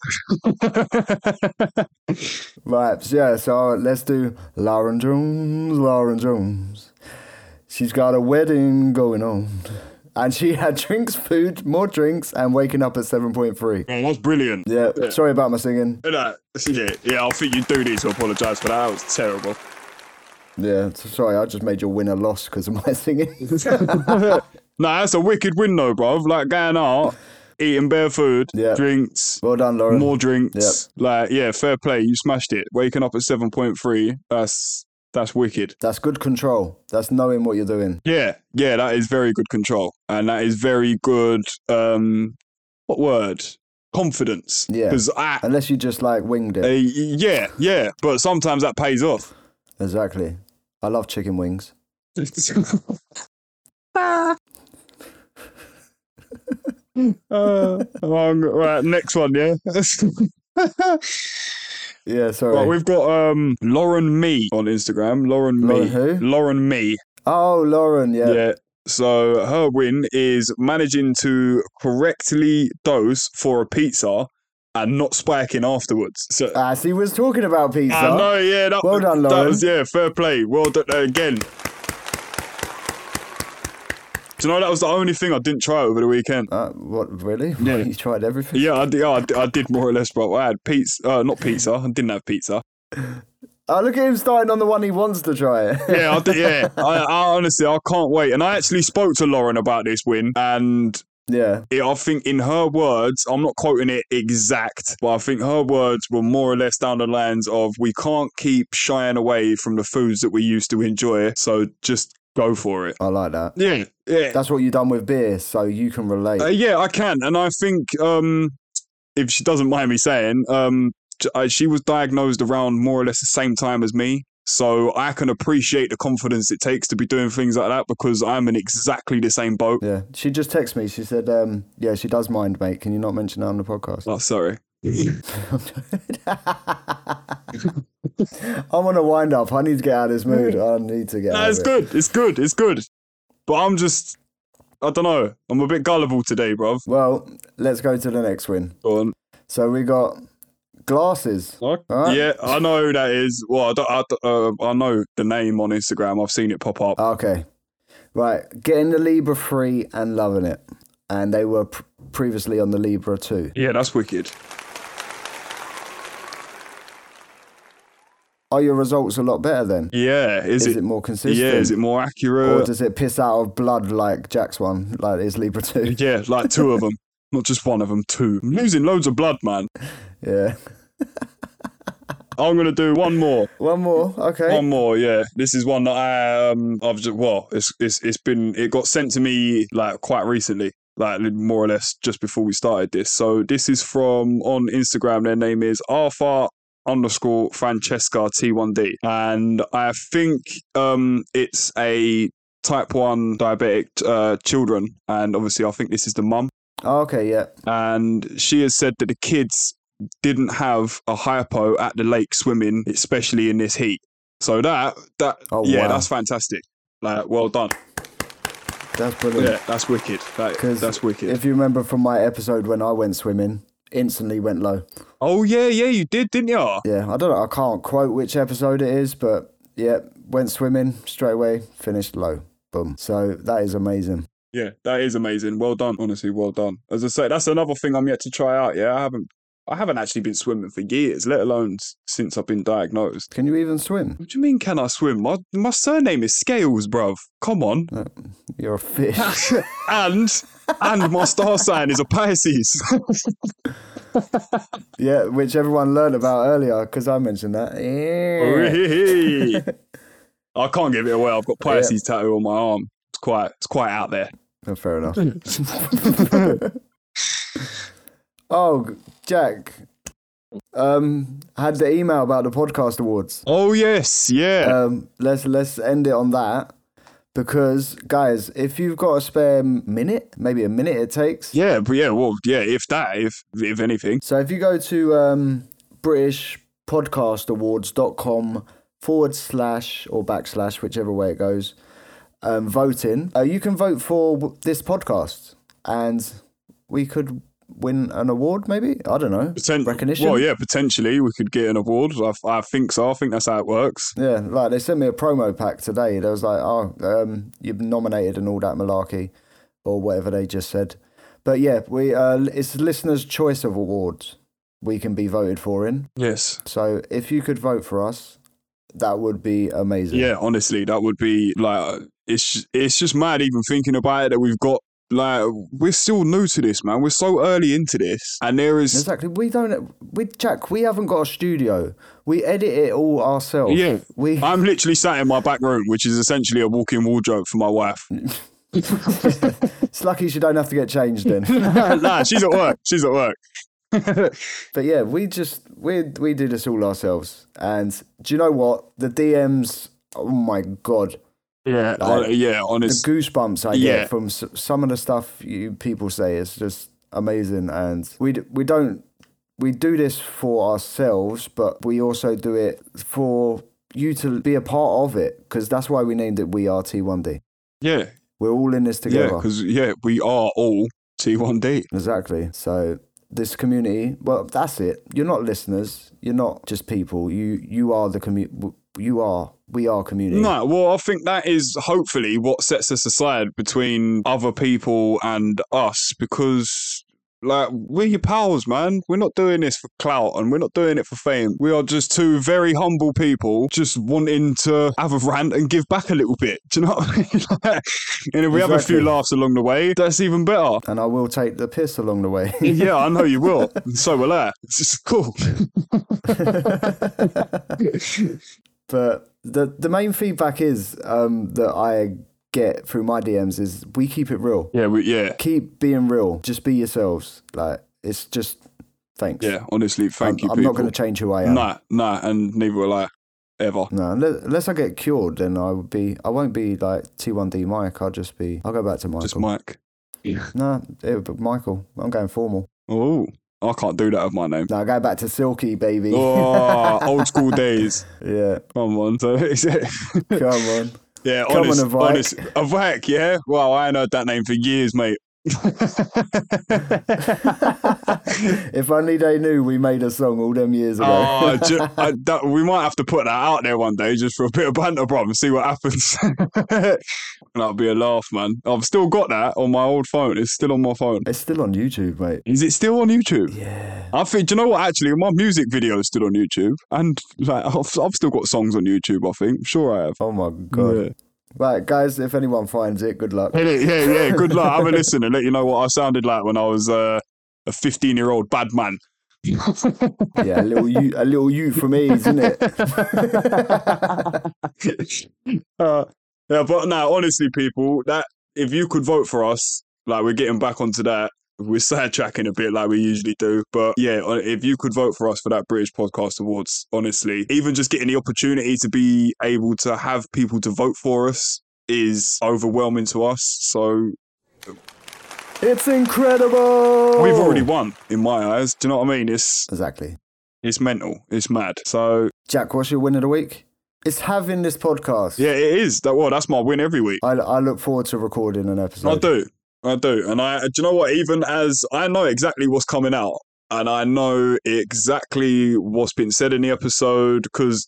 [SPEAKER 1] Right, so yeah, so let's do Lauren Jones, Lauren Jones. She's got a wedding going on. And she had drinks, food, more drinks, and waking up at 7.3.
[SPEAKER 2] [LAUGHS] Oh, that's brilliant.
[SPEAKER 1] Yeah, sorry about my singing.
[SPEAKER 2] And, uh, yeah, yeah, I think you do need to apologise for that. That was [LAUGHS] terrible.
[SPEAKER 1] Yeah, so sorry, I just made your winner loss because of my [LAUGHS] singing.
[SPEAKER 2] Nah, that's a wicked win, though, bruv. Like, going out, eating bare food,
[SPEAKER 1] Yeah.
[SPEAKER 2] drinks,
[SPEAKER 1] well done, Lauren.
[SPEAKER 2] more drinks. Like, yeah, fair play. You smashed it. Waking up at 7.3, that's that's wicked.
[SPEAKER 1] That's good control. That's knowing what you're doing.
[SPEAKER 2] Yeah, yeah, that is very good control. And that is very good, um, what word? Confidence.
[SPEAKER 1] Yeah.
[SPEAKER 2] Because I,
[SPEAKER 1] Unless you just like winged
[SPEAKER 2] uh,
[SPEAKER 1] it.
[SPEAKER 2] yeah, yeah, but sometimes that pays off. [LAUGHS]
[SPEAKER 1] Exactly. I love chicken wings.
[SPEAKER 2] Uh, um, right, next one, yeah. [LAUGHS]
[SPEAKER 1] Yeah, sorry.
[SPEAKER 2] right, we've got um Lauren Me on Instagram. Lauren Me.
[SPEAKER 1] Lauren who?
[SPEAKER 2] Lauren Me.
[SPEAKER 1] oh, Lauren, yeah.
[SPEAKER 2] Yeah. So her win is managing to correctly dose for a pizza and not spiking afterwards. So
[SPEAKER 1] Ah, see, we was talking about pizza.
[SPEAKER 2] I know, yeah. That,
[SPEAKER 1] Well done,
[SPEAKER 2] That
[SPEAKER 1] Lauren.
[SPEAKER 2] was, yeah, fair play. Well done uh, again. Do you know that was the only thing I didn't try over the weekend?
[SPEAKER 1] Uh, what, really? [LAUGHS]
[SPEAKER 2] Yeah.
[SPEAKER 1] you tried everything?
[SPEAKER 2] Yeah, I did, yeah, I did, I did more or less, bro. I had pizza, uh, not pizza. I didn't have pizza.
[SPEAKER 1] Oh, look at him starting on the one he wants to try it. [LAUGHS]
[SPEAKER 2] Yeah, I did, yeah. I, I honestly, I can't wait. And I actually spoke to Lauren about this win, and
[SPEAKER 1] yeah.
[SPEAKER 2] it, I think in her words, I'm not quoting it exact, but I think her words were more or less down the lines of we can't keep shying away from the foods that we used to enjoy, so just go for it.
[SPEAKER 1] I like that.
[SPEAKER 2] Yeah, yeah.
[SPEAKER 1] That's what you done with beer, so you can relate.
[SPEAKER 2] Uh, yeah, I can, and I think um, if she doesn't mind me saying, um, j- uh, she was diagnosed around more or less the same time as me. So I can appreciate the confidence it takes to be doing things like that because I'm in exactly the same boat.
[SPEAKER 1] Yeah. She just texted me. She said, um, yeah, she does mind, mate. Can you not mention that on the
[SPEAKER 2] [LAUGHS]
[SPEAKER 1] podcast? [LAUGHS]
[SPEAKER 2] Oh, sorry.
[SPEAKER 1] I'm on a wind up. I need to get out of this mood. I need to get
[SPEAKER 2] No,
[SPEAKER 1] out
[SPEAKER 2] it's
[SPEAKER 1] of
[SPEAKER 2] good. It's good. It's good. But I'm just, I don't know. I'm a bit gullible today, bruv.
[SPEAKER 1] it. Well, let's go to the next win.
[SPEAKER 2] Go on.
[SPEAKER 1] So we got glasses. Alright.
[SPEAKER 2] Yeah, I know who that is. Well, I, don't, I, don't- uh, I know the name on Instagram. I've seen it pop up.
[SPEAKER 1] Ah, Okay. Right. Getting the Libra 3 and loving it. And they were pr- previously on the Libra 2.
[SPEAKER 2] yeah, that's wicked.
[SPEAKER 1] Are your results a lot better then?
[SPEAKER 2] Yeah, is,
[SPEAKER 1] Is,
[SPEAKER 2] it?
[SPEAKER 1] it more consistent?
[SPEAKER 2] yeah, is it more
[SPEAKER 1] or
[SPEAKER 2] accurate?
[SPEAKER 1] does it piss out of blood like Jack's one, like his Libra
[SPEAKER 2] [LAUGHS]
[SPEAKER 1] 2?
[SPEAKER 2] yeah, like two
[SPEAKER 1] [LAUGHS]
[SPEAKER 2] of them, not just one of them. Two. I'm losing loads of blood, man.
[SPEAKER 1] Yeah.
[SPEAKER 2] I'm gonna do one more.
[SPEAKER 1] One more. Okay.
[SPEAKER 2] One more, yeah. This is one that I um I've just well, it's it's it's been it got sent to me like quite recently, like more or less just before we started this. So this is from on Instagram. Their name is Alpha underscore Francesca T1D, and I think um it's a type one diabetic uh, children, and obviously I think this is the mum
[SPEAKER 1] Ah, okay, yeah.
[SPEAKER 2] and she has said that the kids didn't have a hypo at the lake swimming, especially in this heat. So that that
[SPEAKER 1] Oh,
[SPEAKER 2] yeah,
[SPEAKER 1] wow.
[SPEAKER 2] that's fantastic. Like, well done.
[SPEAKER 1] That's brilliant.
[SPEAKER 2] Yeah, that's wicked. Like,
[SPEAKER 1] 'Cause
[SPEAKER 2] that's wicked.
[SPEAKER 1] If you remember from my episode when I went swimming, instantly went low.
[SPEAKER 2] oh yeah, yeah, you did, didn't you?
[SPEAKER 1] Yeah, I don't know. I can't quote which episode it is, but yeah, went swimming straight away, finished low. Boom. So that is amazing.
[SPEAKER 2] Yeah, that is amazing. Well done, honestly, well done. As I say, that's another thing I'm yet to try out. Yeah, I haven't, I haven't actually been swimming for years, let alone s- since I've been diagnosed.
[SPEAKER 1] Can you even swim?
[SPEAKER 2] What do you mean? Can I swim? My my surname is Scales, bruv. Come on.
[SPEAKER 1] You're a fish.
[SPEAKER 2] and and
[SPEAKER 1] [LAUGHS]
[SPEAKER 2] my star sign is a Pisces.
[SPEAKER 1] yeah, which everyone learned about earlier because I mentioned that. [LAUGHS] Yeah.
[SPEAKER 2] Wee-hee. I can't give it away. I've got Pisces tattoo on my arm. It's quite it's quite out there.
[SPEAKER 1] Oh, fair enough. oh, Jack. Um, had the email about the podcast awards.
[SPEAKER 2] Oh yes, yeah.
[SPEAKER 1] um, let's let's end it on that because guys, if you've got a spare minute, maybe a minute it takes.
[SPEAKER 2] yeah, but yeah, well, yeah, if that, if if anything.
[SPEAKER 1] So if you go to um, BritishPodcastAwards.com forward slash or backslash, whichever way it goes, um, voting, uh, you can vote for w- this podcast, and we could win an award, maybe? I don't know.
[SPEAKER 2] Potent-
[SPEAKER 1] Recognition?
[SPEAKER 2] Well, yeah, potentially we could get an award. I, I think so. I think that's how it works.
[SPEAKER 1] Yeah, like they sent me a promo pack today. They was like, "Oh, um, you've nominated and all that malarkey, or whatever they just said." But yeah, we uh, it's listeners' choice of awards we can be voted for in.
[SPEAKER 2] Yes.
[SPEAKER 1] So if you could vote for us, that would be amazing.
[SPEAKER 2] Yeah, honestly, that would be like it's it's just mad even thinking about it that we've got like we're still new to this, man. We're so early into this, and there is
[SPEAKER 1] exactly. We don't. We Jack, we haven't got a studio. We edit it all ourselves.
[SPEAKER 2] Yeah.
[SPEAKER 1] we.
[SPEAKER 2] I'm literally sat in my back room, which is essentially a walk-in wardrobe for my wife.
[SPEAKER 1] it's lucky she don't have to get changed
[SPEAKER 2] [LAUGHS]
[SPEAKER 1] then.
[SPEAKER 2] nah, she's at work. She's at work.
[SPEAKER 1] But yeah, we just we we do this all ourselves. And do you know what? The DMs. Oh my god.
[SPEAKER 2] Yeah,
[SPEAKER 1] like-
[SPEAKER 2] yeah.
[SPEAKER 1] the
[SPEAKER 2] Honest.
[SPEAKER 1] goosebumps I
[SPEAKER 2] Yeah.
[SPEAKER 1] get from s- some of the stuff you people say is just amazing, and we d- we don't we do this for ourselves, but we also do it for you to be a part of it because that's why we named it We Are T1D.
[SPEAKER 2] Yeah,
[SPEAKER 1] We're all in this
[SPEAKER 2] yeah.
[SPEAKER 1] together,
[SPEAKER 2] Because yeah, we are all T1D.
[SPEAKER 1] exactly. So this community, well, that's it. You're not listeners. You're not just people. You you are the community. You are we are community.
[SPEAKER 2] No, well, I think that is hopefully what sets us aside between other people and us because. Like we're your pals, man. We're not doing this for clout, and we're not doing it for fame. We are just two very humble people, just wanting to have a rant and give back a little bit. Do you know? What I mean? [LAUGHS] Like, and if we have a few
[SPEAKER 1] Exactly.
[SPEAKER 2] laughs along the way, that's even better.
[SPEAKER 1] And I will take the piss along the way. [LAUGHS]
[SPEAKER 2] yeah, I know you will. And so will I. It's just cool.
[SPEAKER 1] But the the main feedback is um, that I get through my DMs is we keep it real.
[SPEAKER 2] Yeah, we, yeah,
[SPEAKER 1] Keep being real. Just be yourselves. Like it's just thanks.
[SPEAKER 2] yeah. Honestly, thank
[SPEAKER 1] I'm,
[SPEAKER 2] you.
[SPEAKER 1] I'm
[SPEAKER 2] people.
[SPEAKER 1] not going to change who I am.
[SPEAKER 2] Nah, nah, and neither will I ever.
[SPEAKER 1] No, unless, unless I get cured, then I would be. I won't be like T1D Mike. I'll just be. I'll go back to Michael.
[SPEAKER 2] Just Mike.
[SPEAKER 1] no, it would be Michael. I'm going formal.
[SPEAKER 2] Oh, I can't do that with my name.
[SPEAKER 1] No, go back to Silky, baby. [LAUGHS]
[SPEAKER 2] Oh, old school days.
[SPEAKER 1] Yeah,
[SPEAKER 2] Come on, so [LAUGHS] is it?
[SPEAKER 1] come
[SPEAKER 2] [LAUGHS]
[SPEAKER 1] on.
[SPEAKER 2] Yeah,
[SPEAKER 1] Come on,
[SPEAKER 2] honest,
[SPEAKER 1] Avak.
[SPEAKER 2] honest, Avak, yeah. Wow, I ain't heard that name for years, mate.
[SPEAKER 1] If only they knew we made a song all them years ago.
[SPEAKER 2] Oh, ju- [LAUGHS] I, that, we might have to put that out there one day just for a bit of banter, bro, and see what happens. [LAUGHS] That'll be a laugh, man. I've still got that on my old phone. It's still on my phone.
[SPEAKER 1] It's still on YouTube, mate.
[SPEAKER 2] Is it still on YouTube? Yeah. I think, do you know what? Actually, my music video is still on YouTube, and like I've, I've still got songs on YouTube. I think, sure, I have.
[SPEAKER 1] Oh my god.
[SPEAKER 2] Yeah.
[SPEAKER 1] Right, guys, if anyone finds it, good luck.
[SPEAKER 2] Innit? Yeah, yeah. Good luck. Have a listen and let you know what I sounded like when I was uh, a 15 year old bad man. [LAUGHS]
[SPEAKER 1] Yeah, a little you, a little you from me, isn't it?
[SPEAKER 2] uh, yeah, but now, honestly, people, that if you could vote for us, like we're getting back onto that. We're sidetracking a bit like we usually do. But yeah, uh, if you could vote for us for that British Podcast Awards, honestly, even just getting the opportunity to be able to have people to vote for us is overwhelming to us. So
[SPEAKER 1] It's incredible.
[SPEAKER 2] we've already won, in my eyes. Do you know what I mean? It's
[SPEAKER 1] exactly.
[SPEAKER 2] it's mental. It's mad. So
[SPEAKER 1] Jack, what's your win of the week? It's having this podcast.
[SPEAKER 2] Yeah, it is. That well, that's my win every week.
[SPEAKER 1] I, I look forward to recording an
[SPEAKER 2] I
[SPEAKER 1] episode.
[SPEAKER 2] do, I do, and I. Do you know what? Even as I know exactly what's coming out, and I know exactly what's been said in the episode because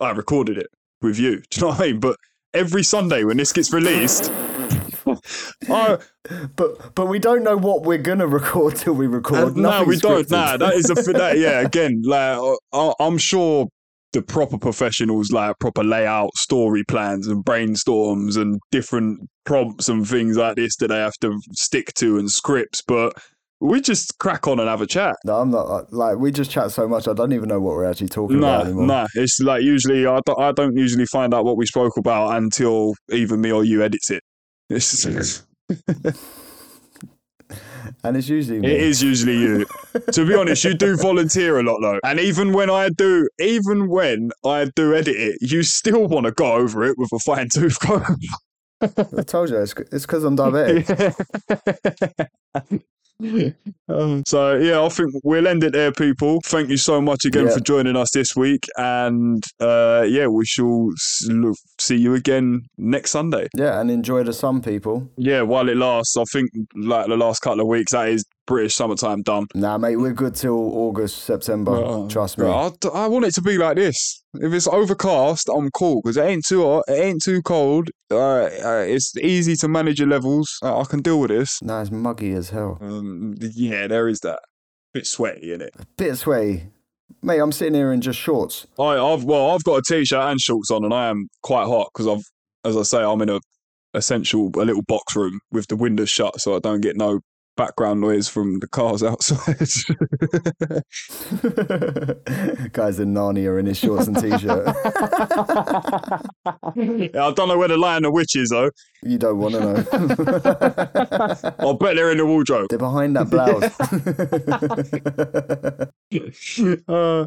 [SPEAKER 2] I recorded it with you. [LAUGHS] Do you know what I mean? But every Sunday when this gets released, [LAUGHS] I,
[SPEAKER 1] But but we don't know what we're gonna [LAUGHS] record till we record.
[SPEAKER 2] Uh, no, we
[SPEAKER 1] Nothing's
[SPEAKER 2] don't.
[SPEAKER 1] scripted.
[SPEAKER 2] Nah, that is a fi- that, yeah. Again, like I, I'm sure the proper professionals like proper layout, story plans, and brainstorms, and different prompts and things like this that they have to stick to and scripts. But we just crack on and have a chat.
[SPEAKER 1] [LAUGHS] No, I'm not. uh, Like we just chat so much, I don't even know what we're actually talking
[SPEAKER 2] No,
[SPEAKER 1] about anymore.
[SPEAKER 2] no. It's like usually I don't, I don't usually find out what we spoke about until either me or you edits it. It's, it
[SPEAKER 1] And it's usually me.
[SPEAKER 2] is usually you. to be honest, you do volunteer a lot though. And even when I do, even when I do edit it, you still want to go over it with a fine tooth comb. [LAUGHS]
[SPEAKER 1] I told you, it's it's because I'm diabetic.
[SPEAKER 2] Um, so yeah, I think we'll end it there, people. Thank you so much again
[SPEAKER 1] Yeah.
[SPEAKER 2] for joining us this week, and uh, yeah, we shall s- look- see you again next Sunday.
[SPEAKER 1] yeah, and enjoy the sun, people.
[SPEAKER 2] Yeah, while it lasts, I think like the last couple of weeks, that is British summertime done.
[SPEAKER 1] Nah, mate, we're good till August, September.
[SPEAKER 2] Bro,
[SPEAKER 1] Trust me.
[SPEAKER 2] bro, I, d- I want it to be like this. If it's overcast, I'm cool because it ain't too hot, it ain't too cold. Uh, uh, it's easy to manage your levels. Uh, I can deal with this.
[SPEAKER 1] Nah, it's muggy as hell.
[SPEAKER 2] Um, yeah, there is that. Bit sweaty, is it?
[SPEAKER 1] Bit sweaty. Mate, I'm sitting here in just shorts. [LAUGHS]
[SPEAKER 2] I, I've well, I've got a t-shirt and shorts on, and I am quite hot because I've, as I say, I'm in a essential a little box room with the windows shut, so I don't get no background noise from the cars [LAUGHS] outside.
[SPEAKER 1] Guys in Narnia in his shorts and t
[SPEAKER 2] [LAUGHS]
[SPEAKER 1] shirt.
[SPEAKER 2] Yeah, I don't know where the lion and the witch is though.
[SPEAKER 1] you don't want to know.
[SPEAKER 2] I bet they're in the wardrobe.
[SPEAKER 1] [LAUGHS] They're behind that
[SPEAKER 2] [LAUGHS]
[SPEAKER 1] blouse.
[SPEAKER 2] Uh,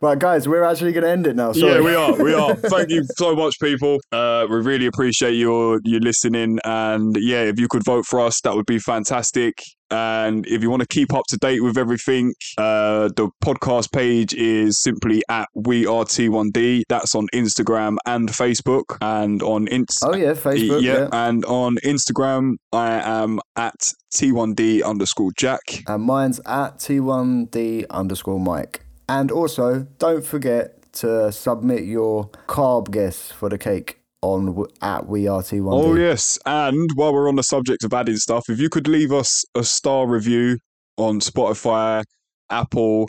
[SPEAKER 1] right, guys, we're actually going to end it now. Sorry.
[SPEAKER 2] Yeah, we
[SPEAKER 1] [LAUGHS]
[SPEAKER 2] are. We are. Thank you so much, people. Uh, we really appreciate your you listening. And yeah, if you could vote for us, that would be fantastic. And if you want to keep up to date with everything, uh, the podcast page is simply at We Are T1D. That's on Instagram and Facebook, and on Insta.
[SPEAKER 1] Oh, yeah, Facebook. Yeah.
[SPEAKER 2] yeah, and on Instagram, I am at T1D underscore Jack.
[SPEAKER 1] And mine's at T1D underscore Mike. And also, don't forget to submit your carb guess for the cake on w- at We Are T1D.
[SPEAKER 2] Oh yes, and while we're on the subject of adding stuff, if you could leave us a star review on Spotify, Apple,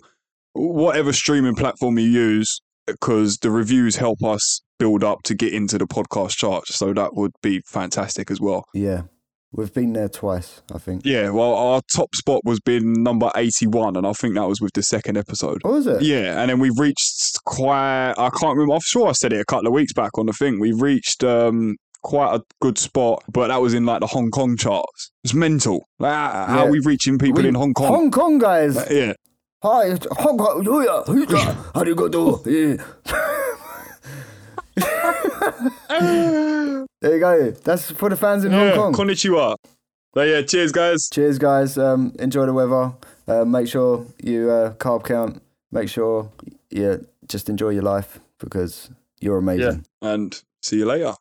[SPEAKER 2] whatever streaming platform you use, because the reviews help us build up to get into the podcast chart. So that would be fantastic as well.
[SPEAKER 1] Yeah. We've been there twice, I think.
[SPEAKER 2] Yeah, well, our top spot was been number eighty-one, and I think that was with the second episode.
[SPEAKER 1] What was it?
[SPEAKER 2] Yeah, and then we reached quite. I can't remember. I'm sure I said it a couple of weeks back on the thing. We reached um quite a good spot, but that was in like the Hong Kong charts. It's mental. Like, how how
[SPEAKER 1] Yeah.
[SPEAKER 2] we reaching people
[SPEAKER 1] We-
[SPEAKER 2] in Hong Kong?
[SPEAKER 1] Hong Kong, guys.
[SPEAKER 2] Like, yeah,
[SPEAKER 1] Hi, it's Hong Kong. Who ya? Who
[SPEAKER 2] [LAUGHS]
[SPEAKER 1] ya? How do you go do? Yeah. there you go. That's for the fans in
[SPEAKER 2] yeah.
[SPEAKER 1] Hong Kong.
[SPEAKER 2] Konnichiwa. But yeah, cheers, guys.
[SPEAKER 1] Cheers, guys. Um, enjoy the weather. Uh, make sure you uh, carb count. Make sure, yeah, just enjoy your life because you're amazing.
[SPEAKER 2] Yeah, and see you later.